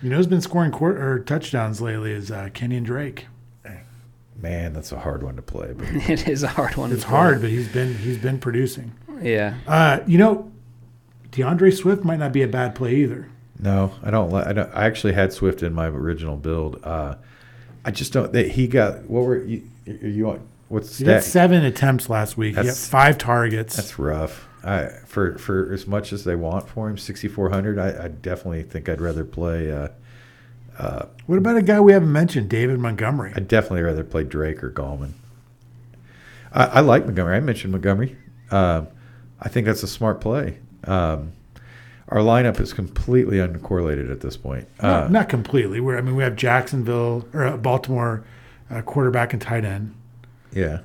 Speaker 7: You know, who's been scoring court or touchdowns lately is uh, Kenyon Drake.
Speaker 3: Man, that's a hard one to play. But
Speaker 4: It is a hard one.
Speaker 7: It's
Speaker 4: to play.
Speaker 7: hard, but he's been he's been producing.
Speaker 4: Yeah.
Speaker 7: Uh, you know, DeAndre Swift might not be a bad play either.
Speaker 3: No, I don't. Li- I don't. I actually had Swift in my original build. Uh, I just don't. That he got. What were you? You want? What's
Speaker 7: He had
Speaker 3: stat?
Speaker 7: seven attempts last week. He got
Speaker 3: That's-
Speaker 7: five targets.
Speaker 3: That's rough. I for for as much as they want for him, sixty four hundred. I, I definitely think I'd rather play. Uh,
Speaker 7: What about a guy we haven't mentioned, David Montgomery?
Speaker 3: I'd definitely rather play Drake or Gallman. I, I like Montgomery. I mentioned Montgomery. Um, I think that's a smart play. Um, our lineup is completely uncorrelated at this point. Uh,
Speaker 7: Not- not completely. We're, I mean, we have Jacksonville or uh, Baltimore uh, quarterback and tight end.
Speaker 3: Yeah.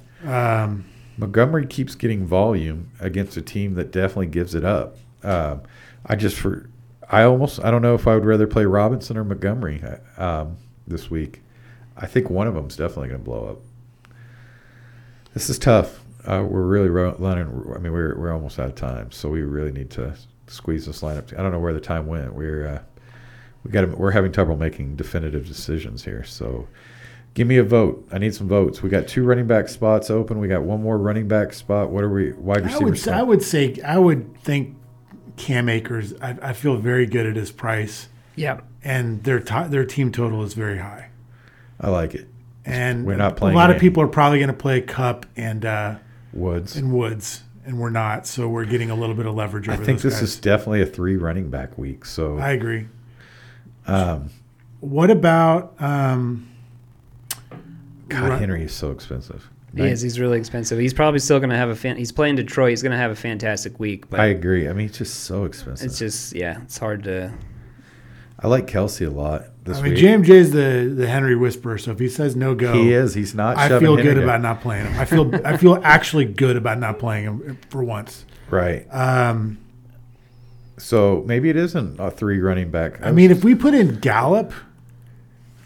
Speaker 3: Montgomery keeps getting volume against a team that definitely gives it up. Um, I just for I almost I don't know if I would rather play Robinson or Montgomery uh, um, this week. I think one of them's definitely going to blow up. This is tough. Uh, we're really ro- running. I mean, we're we're almost out of time, so we really need to squeeze this lineup. I don't know where the time went. We're uh, we got we're having trouble making definitive decisions here. So, give me a vote. I need some votes. We got two running back spots open. We got one more running back spot. What are we? Wide
Speaker 7: I
Speaker 3: receiver.
Speaker 7: would, say,
Speaker 3: spot.
Speaker 7: I would say I would think Cam Akers. I, I feel very good at his price,
Speaker 4: Yeah.
Speaker 7: and their to, their team total is very high.
Speaker 3: I like it.
Speaker 7: And
Speaker 3: We're not playing
Speaker 7: A lot
Speaker 3: in.
Speaker 7: of people are probably going to play Cup and uh,
Speaker 3: Woods.
Speaker 7: and Woods, and we're not. So we're getting a little bit of leverage
Speaker 3: I
Speaker 7: over.
Speaker 3: think
Speaker 7: those
Speaker 3: this
Speaker 7: guys.
Speaker 3: is definitely a three running back week. So
Speaker 7: I agree. Um,
Speaker 3: Um,
Speaker 7: what about um,
Speaker 3: God,
Speaker 7: Ru-
Speaker 3: Henry is so expensive.
Speaker 4: He is. He's really expensive. He's probably still going to have a fan. He's playing Detroit. He's going to have a fantastic week, but
Speaker 3: I agree. I mean, it's just so expensive.
Speaker 4: it's just yeah, it's hard to.
Speaker 3: I like Kelsey a lot this
Speaker 7: I mean,
Speaker 3: week.
Speaker 7: JMJ is the the Henry whisperer. So if he says no go,
Speaker 3: he is. He's not.
Speaker 7: I
Speaker 3: shoving
Speaker 7: feel
Speaker 3: Henry
Speaker 7: good
Speaker 3: down.
Speaker 7: about not playing him. I feel I feel actually good about not playing him uh, for once.
Speaker 3: right. Um. So maybe it isn't a three running back.
Speaker 7: I mean, if we put in Gallup,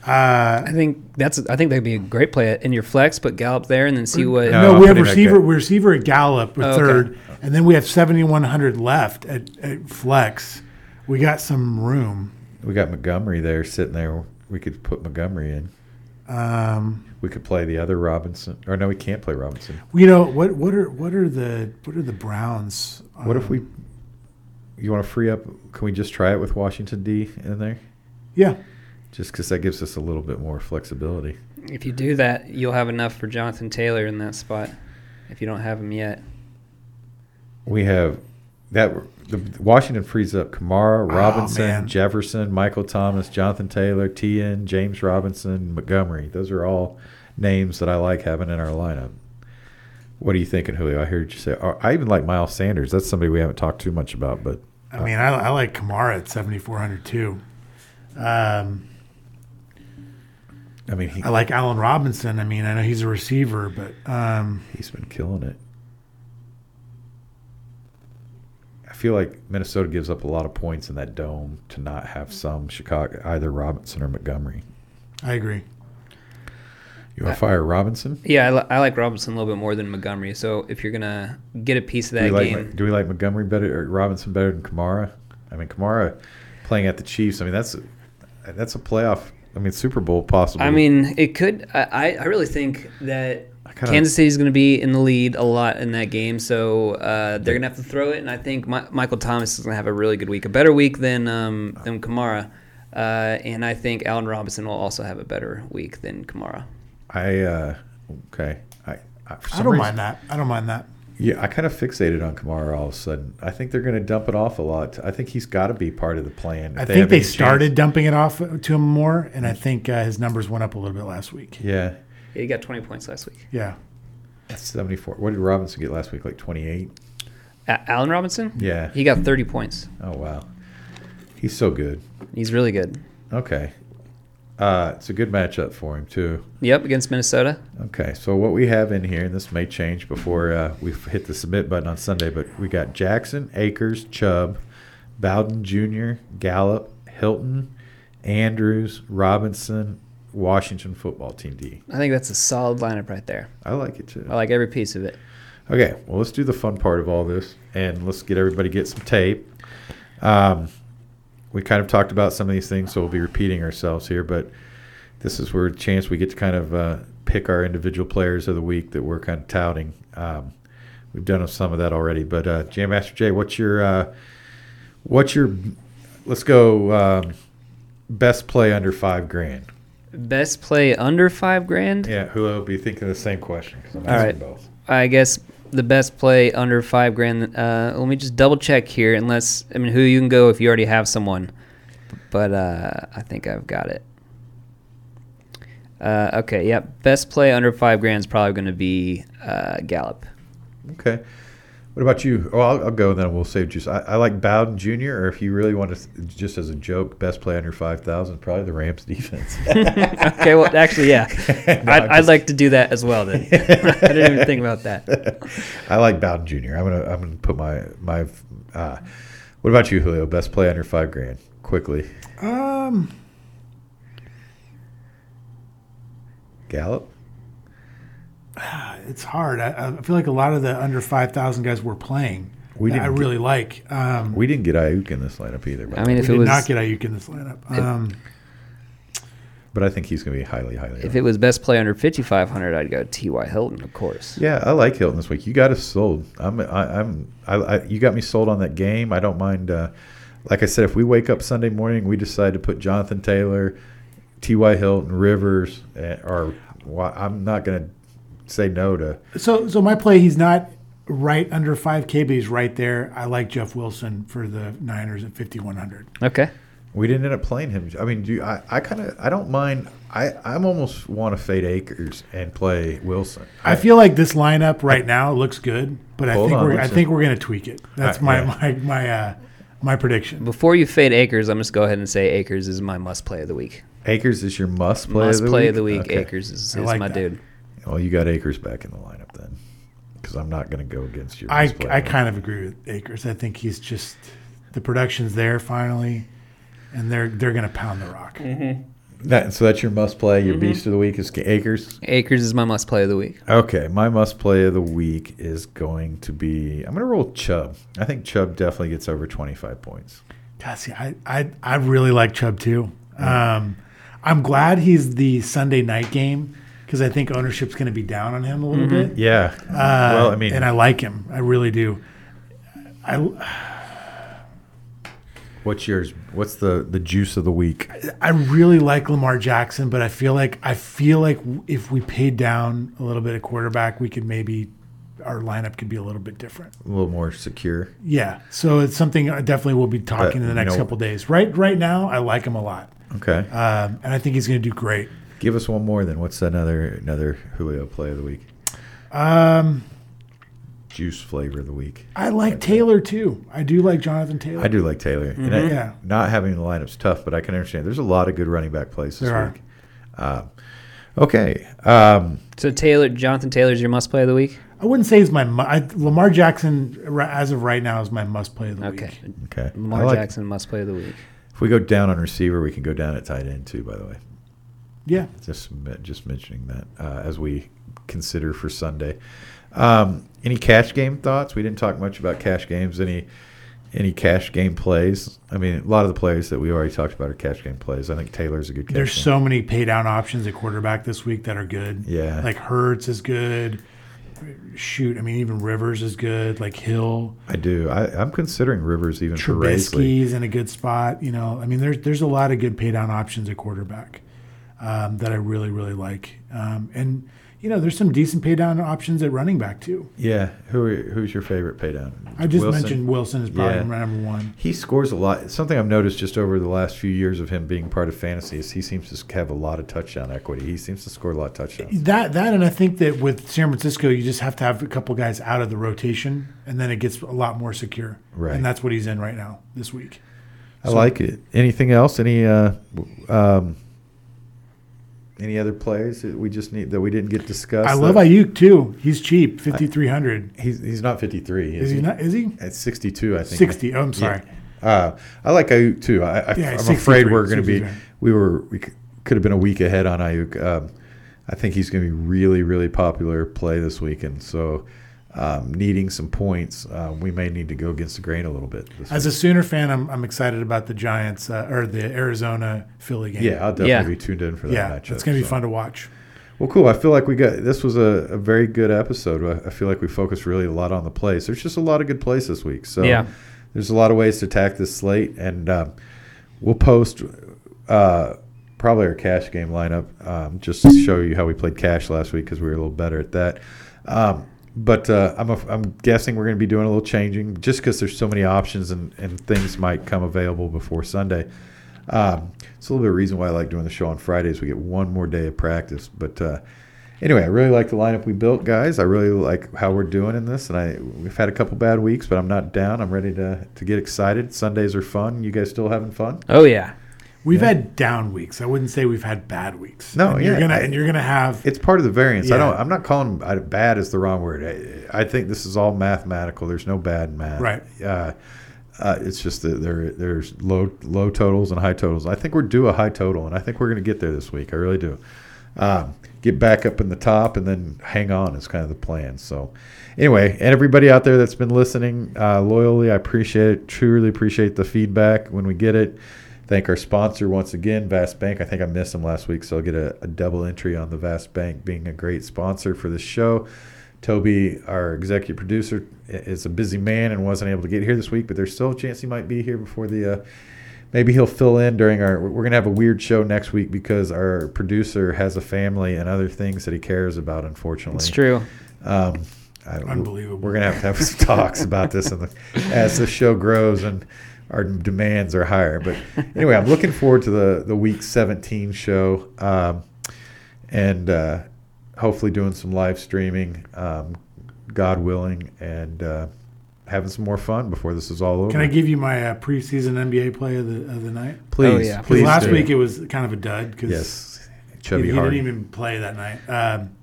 Speaker 4: I think that's. I think that'd be a great play in your flex. Put Gallup there and then see what.
Speaker 3: No.
Speaker 7: no, we
Speaker 3: I'm
Speaker 7: have
Speaker 3: putting that
Speaker 7: receiver
Speaker 3: guy-
Speaker 7: we receiver at Gallup with
Speaker 4: Oh, okay.
Speaker 7: third, and then we have seventy one hundred left at, at flex. We got some room.
Speaker 3: we got Montgomery there sitting there. We could put Montgomery in. Um. We could play the other Robinson. Or no, we can't play Robinson.
Speaker 7: You know what? What are what are the what are the Browns? um,
Speaker 3: What if we? You want to free up? Can we just try it with Washington D in there?
Speaker 7: Yeah,
Speaker 3: Just because that gives us a little bit more flexibility.
Speaker 4: If you do that, you'll have enough for Jonathan Taylor in that spot. If you don't have him yet,
Speaker 3: We have that the, the Washington frees up Kamara, Robinson,
Speaker 7: Oh, man.
Speaker 3: Jefferson, Michael Thomas, Jonathan Taylor, TN, James Robinson, Montgomery. Those are all names that I like having in our lineup. What are you thinking, Julio? I heard you say. oh, I even like Miles Sanders. That's somebody we haven't talked too much about, but
Speaker 7: I mean, I, I like Kamara at seventy four hundred too. Um,
Speaker 3: I mean he,
Speaker 7: I like Allen Robinson. I mean, I know he's a receiver, but um,
Speaker 3: he's been killing it. I feel like Minnesota gives up a lot of points in that dome to not have some Chicago either Robinson or Montgomery.
Speaker 7: I agree.
Speaker 3: You want to fire Robinson?
Speaker 4: yeah, I, li- I like Robinson a little bit more than Montgomery. So if you're gonna get a piece of
Speaker 3: Do we,
Speaker 4: that
Speaker 3: like,
Speaker 4: game,
Speaker 3: do we like Montgomery better or Robinson better than Kamara? I mean, Kamara playing at the Chiefs. I mean, that's that's a playoff. I mean, Super Bowl possible.
Speaker 4: I mean, it could. I, I- I really think that
Speaker 3: kinda-
Speaker 4: Kansas City's going to be in the lead a lot in that game, so uh, they're going to have to throw it. And I think Mi- Michael Thomas is going to have a really good week, a better week than
Speaker 3: Oh.
Speaker 4: um, than Kamara. Uh, and I think Allen Robinson will also have a better week than Kamara.
Speaker 3: I uh, okay. I, I, for some
Speaker 7: I don't
Speaker 3: reason-
Speaker 7: mind that. I don't mind that.
Speaker 3: Yeah, I kind of fixated on Kamara all of a sudden. I think they're going to dump it off a lot. I think he's got to be part of the plan. if
Speaker 7: I think
Speaker 3: have
Speaker 7: they
Speaker 3: any chance.
Speaker 7: started dumping it off to him more, and I think uh, his numbers went up a little bit last week.
Speaker 3: Yeah,
Speaker 4: Yeah, he got 20 points last week.
Speaker 7: Yeah,
Speaker 3: that's seventy-four. What did Robinson get last week? Like twenty-eight.
Speaker 4: A- Allen Robinson?
Speaker 3: Yeah.
Speaker 4: He got 30 points.
Speaker 3: Oh wow, he's so good.
Speaker 4: He's really good.
Speaker 3: Okay, uh, it's a good matchup for him too.
Speaker 4: Yep, against Minnesota.
Speaker 3: Okay, so what we have in here, and this may change before uh, we hit the submit button on Sunday, but we got Jackson, Akers, Chubb, Bowden Jr., Gallup, Hilton, Andrews, Robinson, Washington football team D.
Speaker 4: I think that's a solid lineup right there.
Speaker 3: I like it too.
Speaker 4: I like every piece of it.
Speaker 3: Okay, well, let's do the fun part of all this, and let's get everybody get some tape. Um, we kind of talked about some of these things, so we'll be repeating ourselves here, but this is where a chance we get to kind of uh, pick our individual players of the week that we're kind of touting. Um, we've done some of that already, but uh, Jam Master Jay, what's your uh, what's your let's go um, best play under five grand?
Speaker 4: Best play under five grand?
Speaker 3: Yeah, Julio will be thinking the same question 'cause I'm
Speaker 4: All
Speaker 3: asking
Speaker 4: right.
Speaker 3: both.
Speaker 4: I guess the best play under five grand. Uh, let me just double check here, unless I mean who you can go if you already have someone. But uh, I think I've got it. Uh, okay, yeah, best play under five grand is probably going to be uh, Gallup.
Speaker 3: Okay. What about you? Oh, I'll, I'll go and then we'll save juice. I, I like Bowden Jr. Or if you really want to, just as a joke, best play under five thousand, probably the Rams defense.
Speaker 4: Okay, well, actually, yeah, I'd,
Speaker 3: I'm
Speaker 4: I'd
Speaker 3: just-
Speaker 4: like to do that as well. Then I didn't even think about that.
Speaker 3: I like Bowden Jr. I'm gonna I'm gonna put my my. Uh, what about you, Julio? Best play under five grand quickly. Gallup?
Speaker 7: It's hard. I, I feel like a lot of the under five thousand guys we're playing.
Speaker 3: We
Speaker 7: that I
Speaker 3: didn't get-
Speaker 7: really like. Um,
Speaker 3: We didn't get Ayuk in this lineup either, but,
Speaker 4: I mean,
Speaker 7: we
Speaker 4: if it
Speaker 7: did
Speaker 4: was
Speaker 7: not get Ayuk in this lineup. Um,
Speaker 3: but I think he's going to be highly, highly.
Speaker 4: if
Speaker 3: owned.
Speaker 4: it was best play under 5,500, I'd go T.Y. Hilton, of course.
Speaker 3: yeah, I like Hilton this week. You got us sold. I'm, I, I'm, I, I, you got me sold on that game. I don't mind. Uh, like I said, if we wake up Sunday morning, we decide to put Jonathan Taylor, T.Y. Hilton, Rivers, eh, or why I'm not going to say no to.
Speaker 7: so, so my play, he's not right under five K, but he's right there. I like Jeff Wilson for the Niners at fifty one hundred.
Speaker 4: Okay.
Speaker 3: We didn't end up playing him. I mean, do you, I? I kind of. I don't mind. I. I'm almost want to fade Akers and play Wilson.
Speaker 7: I feel like this lineup right now looks good, but I
Speaker 3: Hold
Speaker 7: think
Speaker 3: on,
Speaker 7: we're, I
Speaker 3: let's-
Speaker 7: think we're going to tweak it. That's
Speaker 3: Uh,
Speaker 7: my,
Speaker 3: yeah.
Speaker 7: my my uh, my prediction.
Speaker 4: Before you fade Akers, I'm just go ahead and say Akers is my must play of the week.
Speaker 3: Akers is your must play.
Speaker 4: must
Speaker 3: of the
Speaker 4: play
Speaker 3: week?
Speaker 4: of the week.
Speaker 3: Okay.
Speaker 4: Akers is, is
Speaker 7: I like
Speaker 4: my
Speaker 7: that.
Speaker 4: dude.
Speaker 3: Well, you got Akers back in the lineup then, because I'm not going to go against your.
Speaker 7: I
Speaker 3: must play.
Speaker 7: I kind of agree with Akers. I think he's just the production's there finally, and they're they're going to pound the rock.
Speaker 3: That, so that's your must play. Your beast of the week is Akers.
Speaker 4: Akers is my must play of the week.
Speaker 3: Okay, my must play of the week is going to be. I'm going to roll Chubb. I think Chubb definitely gets over 25 points.
Speaker 7: God, see, I, I, I really like Chubb too.
Speaker 3: Mm-hmm.
Speaker 7: Um, I'm glad he's the Sunday night game because I think ownership's going to be down on him a little bit.
Speaker 3: Mm-hmm. Yeah. well, I mean,
Speaker 7: Uh, and I like him. I really do. I,
Speaker 3: what's yours? What's the the juice of the week?
Speaker 7: I really like Lamar Jackson, but I feel like I feel like if we paid down a little bit at quarterback, we could maybe our lineup could be a little bit different.
Speaker 3: A little more secure.
Speaker 7: Yeah, so it's something I definitely we'll be talking in the
Speaker 3: you
Speaker 7: next
Speaker 3: know-
Speaker 7: couple days. Right, right now, I like him a lot,
Speaker 3: Okay.
Speaker 7: um, and I think he's going to do great.
Speaker 3: Give us one more. Then what's another another Julio play of the week? Um,
Speaker 7: um,
Speaker 3: juice flavor of the week.
Speaker 7: I like Taylor too. I do like Jonathan Taylor.
Speaker 3: I do like Taylor. And I-
Speaker 7: Mm-hmm. Yeah.
Speaker 3: Not having the lineup's tough, but I can understand. There's a lot of good running back plays this
Speaker 7: There are.
Speaker 3: week. Um, okay. Um,
Speaker 4: So Taylor, Jonathan Taylor's your must play of the week.
Speaker 7: I wouldn't say he's my mu- I, Lamar Jackson ri- as of right now is my must play of the
Speaker 4: Okay.
Speaker 7: week.
Speaker 3: okay.
Speaker 4: Lamar
Speaker 3: I like-
Speaker 4: Jackson must play of the week.
Speaker 3: If we go down on receiver, we can go down at tight end too. By the way,
Speaker 7: Yeah,
Speaker 3: just me- just mentioning that uh, as we consider for Sunday. Um, any cash game thoughts? We didn't talk much about cash games. Any any cash game plays? I mean, a lot of the plays that we already talked about are cash game plays. I think Taylor's a good cash.
Speaker 7: there's
Speaker 3: game.
Speaker 7: so many pay down options at quarterback this week that are good.
Speaker 3: Yeah.
Speaker 7: like Hurts is good. Shoot, I mean even Rivers is good. Like Hill,
Speaker 3: I do. I, I'm considering Rivers even for Raisley.
Speaker 7: Trubisky's in a good spot. You know, I mean there's there's a lot of good pay down options at quarterback um, that I really really like. Um, and you know there's some decent pay down options at running back too.
Speaker 3: Yeah. Who are, who's your favorite pay down?
Speaker 7: I just
Speaker 3: Wilson?
Speaker 7: mentioned Wilson is probably
Speaker 3: Yeah.
Speaker 7: my number one.
Speaker 3: He scores a lot. Something I've noticed just over the last few years of him being part of fantasy is he seems to have a lot of touchdown equity. He seems to score a lot of touchdowns.
Speaker 7: That that and I think that with San Francisco, you just have to have a couple guys out of the rotation, and then it gets a lot more secure.
Speaker 3: Right.
Speaker 7: and that's what he's in right now this week.
Speaker 3: I like it. Anything else? Any uh, w- um, any other players that we just need that we didn't get discussed?
Speaker 7: I love
Speaker 3: that-
Speaker 7: Ayuk too. He's cheap, fifty three hundred.
Speaker 3: He's he's not 53. Is,
Speaker 7: Is he not? Is he
Speaker 3: At 62, I think.
Speaker 7: sixty? Oh, I'm sorry.
Speaker 3: Uh, I like Ayuk too. I, I,
Speaker 7: Yeah,
Speaker 3: I'm
Speaker 7: 63,
Speaker 3: afraid we're going to be
Speaker 7: 63.
Speaker 3: we were we c- could have been a week ahead on Ayuk. Um, I think he's going to be really really popular play this weekend. So um, needing some points, uh, we may need to go against the grain a little bit. this
Speaker 7: As a Sooner fan, I'm, I'm excited about the Giants uh, or the Arizona Philly game.
Speaker 3: week. yeah, I'll definitely
Speaker 4: Yeah.
Speaker 3: be tuned in for that
Speaker 7: yeah,
Speaker 3: matchup.
Speaker 7: it's gonna be
Speaker 3: so.
Speaker 7: fun to watch.
Speaker 3: Well, cool. I feel like we got this was a, a very good episode. I- I feel like we focused really a lot on the plays. There's just a lot of good plays this week. So
Speaker 4: Yeah.
Speaker 3: there's a lot of ways to attack this slate, and um, we'll post uh, probably our cash game lineup um, just to show you how we played cash last week because we were a little better at that. Um, but uh, I'm, a, I'm guessing we're going to be doing a little changing just because there's so many options and, and things might come available before Sunday. Um, it's a little bit of a reason why I like doing the show on Fridays. We get one more day of practice. But uh, anyway, I really like the lineup we built, guys. I really like how we're doing in this. And I we've had a couple bad weeks, but I'm not down. I'm ready to, to get excited. Sundays are fun. You guys still having fun?
Speaker 4: Oh yeah.
Speaker 7: We've had down weeks. I wouldn't say we've had bad weeks.
Speaker 3: No,
Speaker 7: and you're
Speaker 3: yeah,
Speaker 7: gonna
Speaker 3: I-
Speaker 7: and you're gonna have
Speaker 3: It's part of the variance. I
Speaker 7: Yeah.
Speaker 3: don't. I'm not calling I- bad is the wrong word. I, I think this is all mathematical. There's no bad in math.
Speaker 7: Right.
Speaker 3: Uh, uh, it's just that there there's low low totals and high totals. I think we're due a high total, and I think we're going to get there this week. I really do. um, get back up in the top and then hang on is kind of the plan. So, anyway, and everybody out there that's been listening uh, loyally, I appreciate it. Truly appreciate the feedback when we get it. Thank our sponsor once again, Vast Bank. I think I missed them last week, so I'll get a, a double entry on the Vast Bank being a great sponsor for this show. Toby, our executive producer, i- is a busy man and wasn't able to get here this week, but there's still a chance he might be here before the. Uh, maybe he'll fill in during our. We're gonna have a weird show next week because our producer has a family and other things that he cares about. Unfortunately,
Speaker 4: It's true.
Speaker 3: um, I,
Speaker 7: Unbelievable.
Speaker 3: We're gonna have to have some talks about this in the, as the show grows and our demands are higher. But anyway, I'm looking forward to the the week 17 show, um, and uh, hopefully doing some live streaming, um, God willing, and uh, having some more fun before this is all over.
Speaker 7: Can I give you my uh, preseason NBA play of the of the night?
Speaker 3: please,
Speaker 4: Oh, yeah.
Speaker 7: Because
Speaker 3: please.
Speaker 7: last
Speaker 3: do.
Speaker 7: week it was kind of a dud because
Speaker 3: yes,
Speaker 7: he,
Speaker 3: Chubby
Speaker 7: he
Speaker 3: Hard.
Speaker 7: didn't even play that night. Um,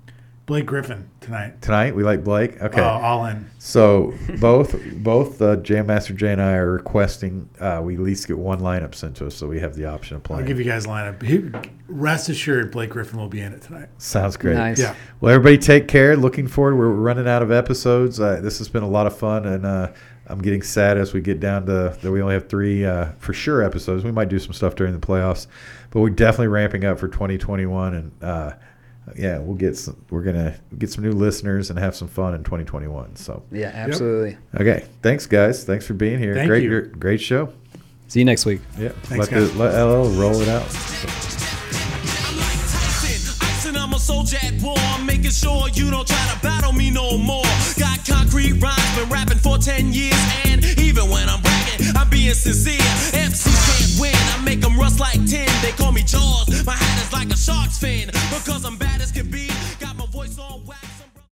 Speaker 7: Blake Griffin tonight.
Speaker 3: Tonight we like Blake. Okay.
Speaker 7: Oh, all in.
Speaker 3: So both both uh, Jam Master Jay and I are requesting uh, we at least get one lineup sent to us, so we have the option of
Speaker 7: I'll
Speaker 3: playing.
Speaker 7: give you guys a lineup. He, rest assured, Blake Griffin will be in it tonight.
Speaker 3: Sounds great.
Speaker 4: Nice.
Speaker 7: Yeah.
Speaker 3: Well, everybody, take care. Looking forward. We're running out of episodes. Uh, this has been a lot of fun, and uh, I'm getting sad as we get down to that we only have three uh, for sure episodes. We might do some stuff during the playoffs, but we're definitely ramping up for 2021, and uh, yeah, we'll get some, we're gonna get some new listeners and have some fun in 2021. So
Speaker 4: Yeah, absolutely.
Speaker 3: okay, thanks guys. Thanks for being here.
Speaker 7: Thank
Speaker 3: great,
Speaker 7: you.
Speaker 3: gr- great show.
Speaker 4: See you next week.
Speaker 3: Yeah,
Speaker 7: Thanks,
Speaker 3: let,
Speaker 7: guys.
Speaker 3: the, let LL roll it out.
Speaker 9: I'm like Tyson, Ison, I'm a soldier at war. I'm making sure you don't try to battle me no more. Got concrete rhymes, been rapping for 10 years, and even when I'm bragging, I'm being sincere. MCs can't win, I make them rust like tin. They call me Jaws, my hat is like a shark's fin.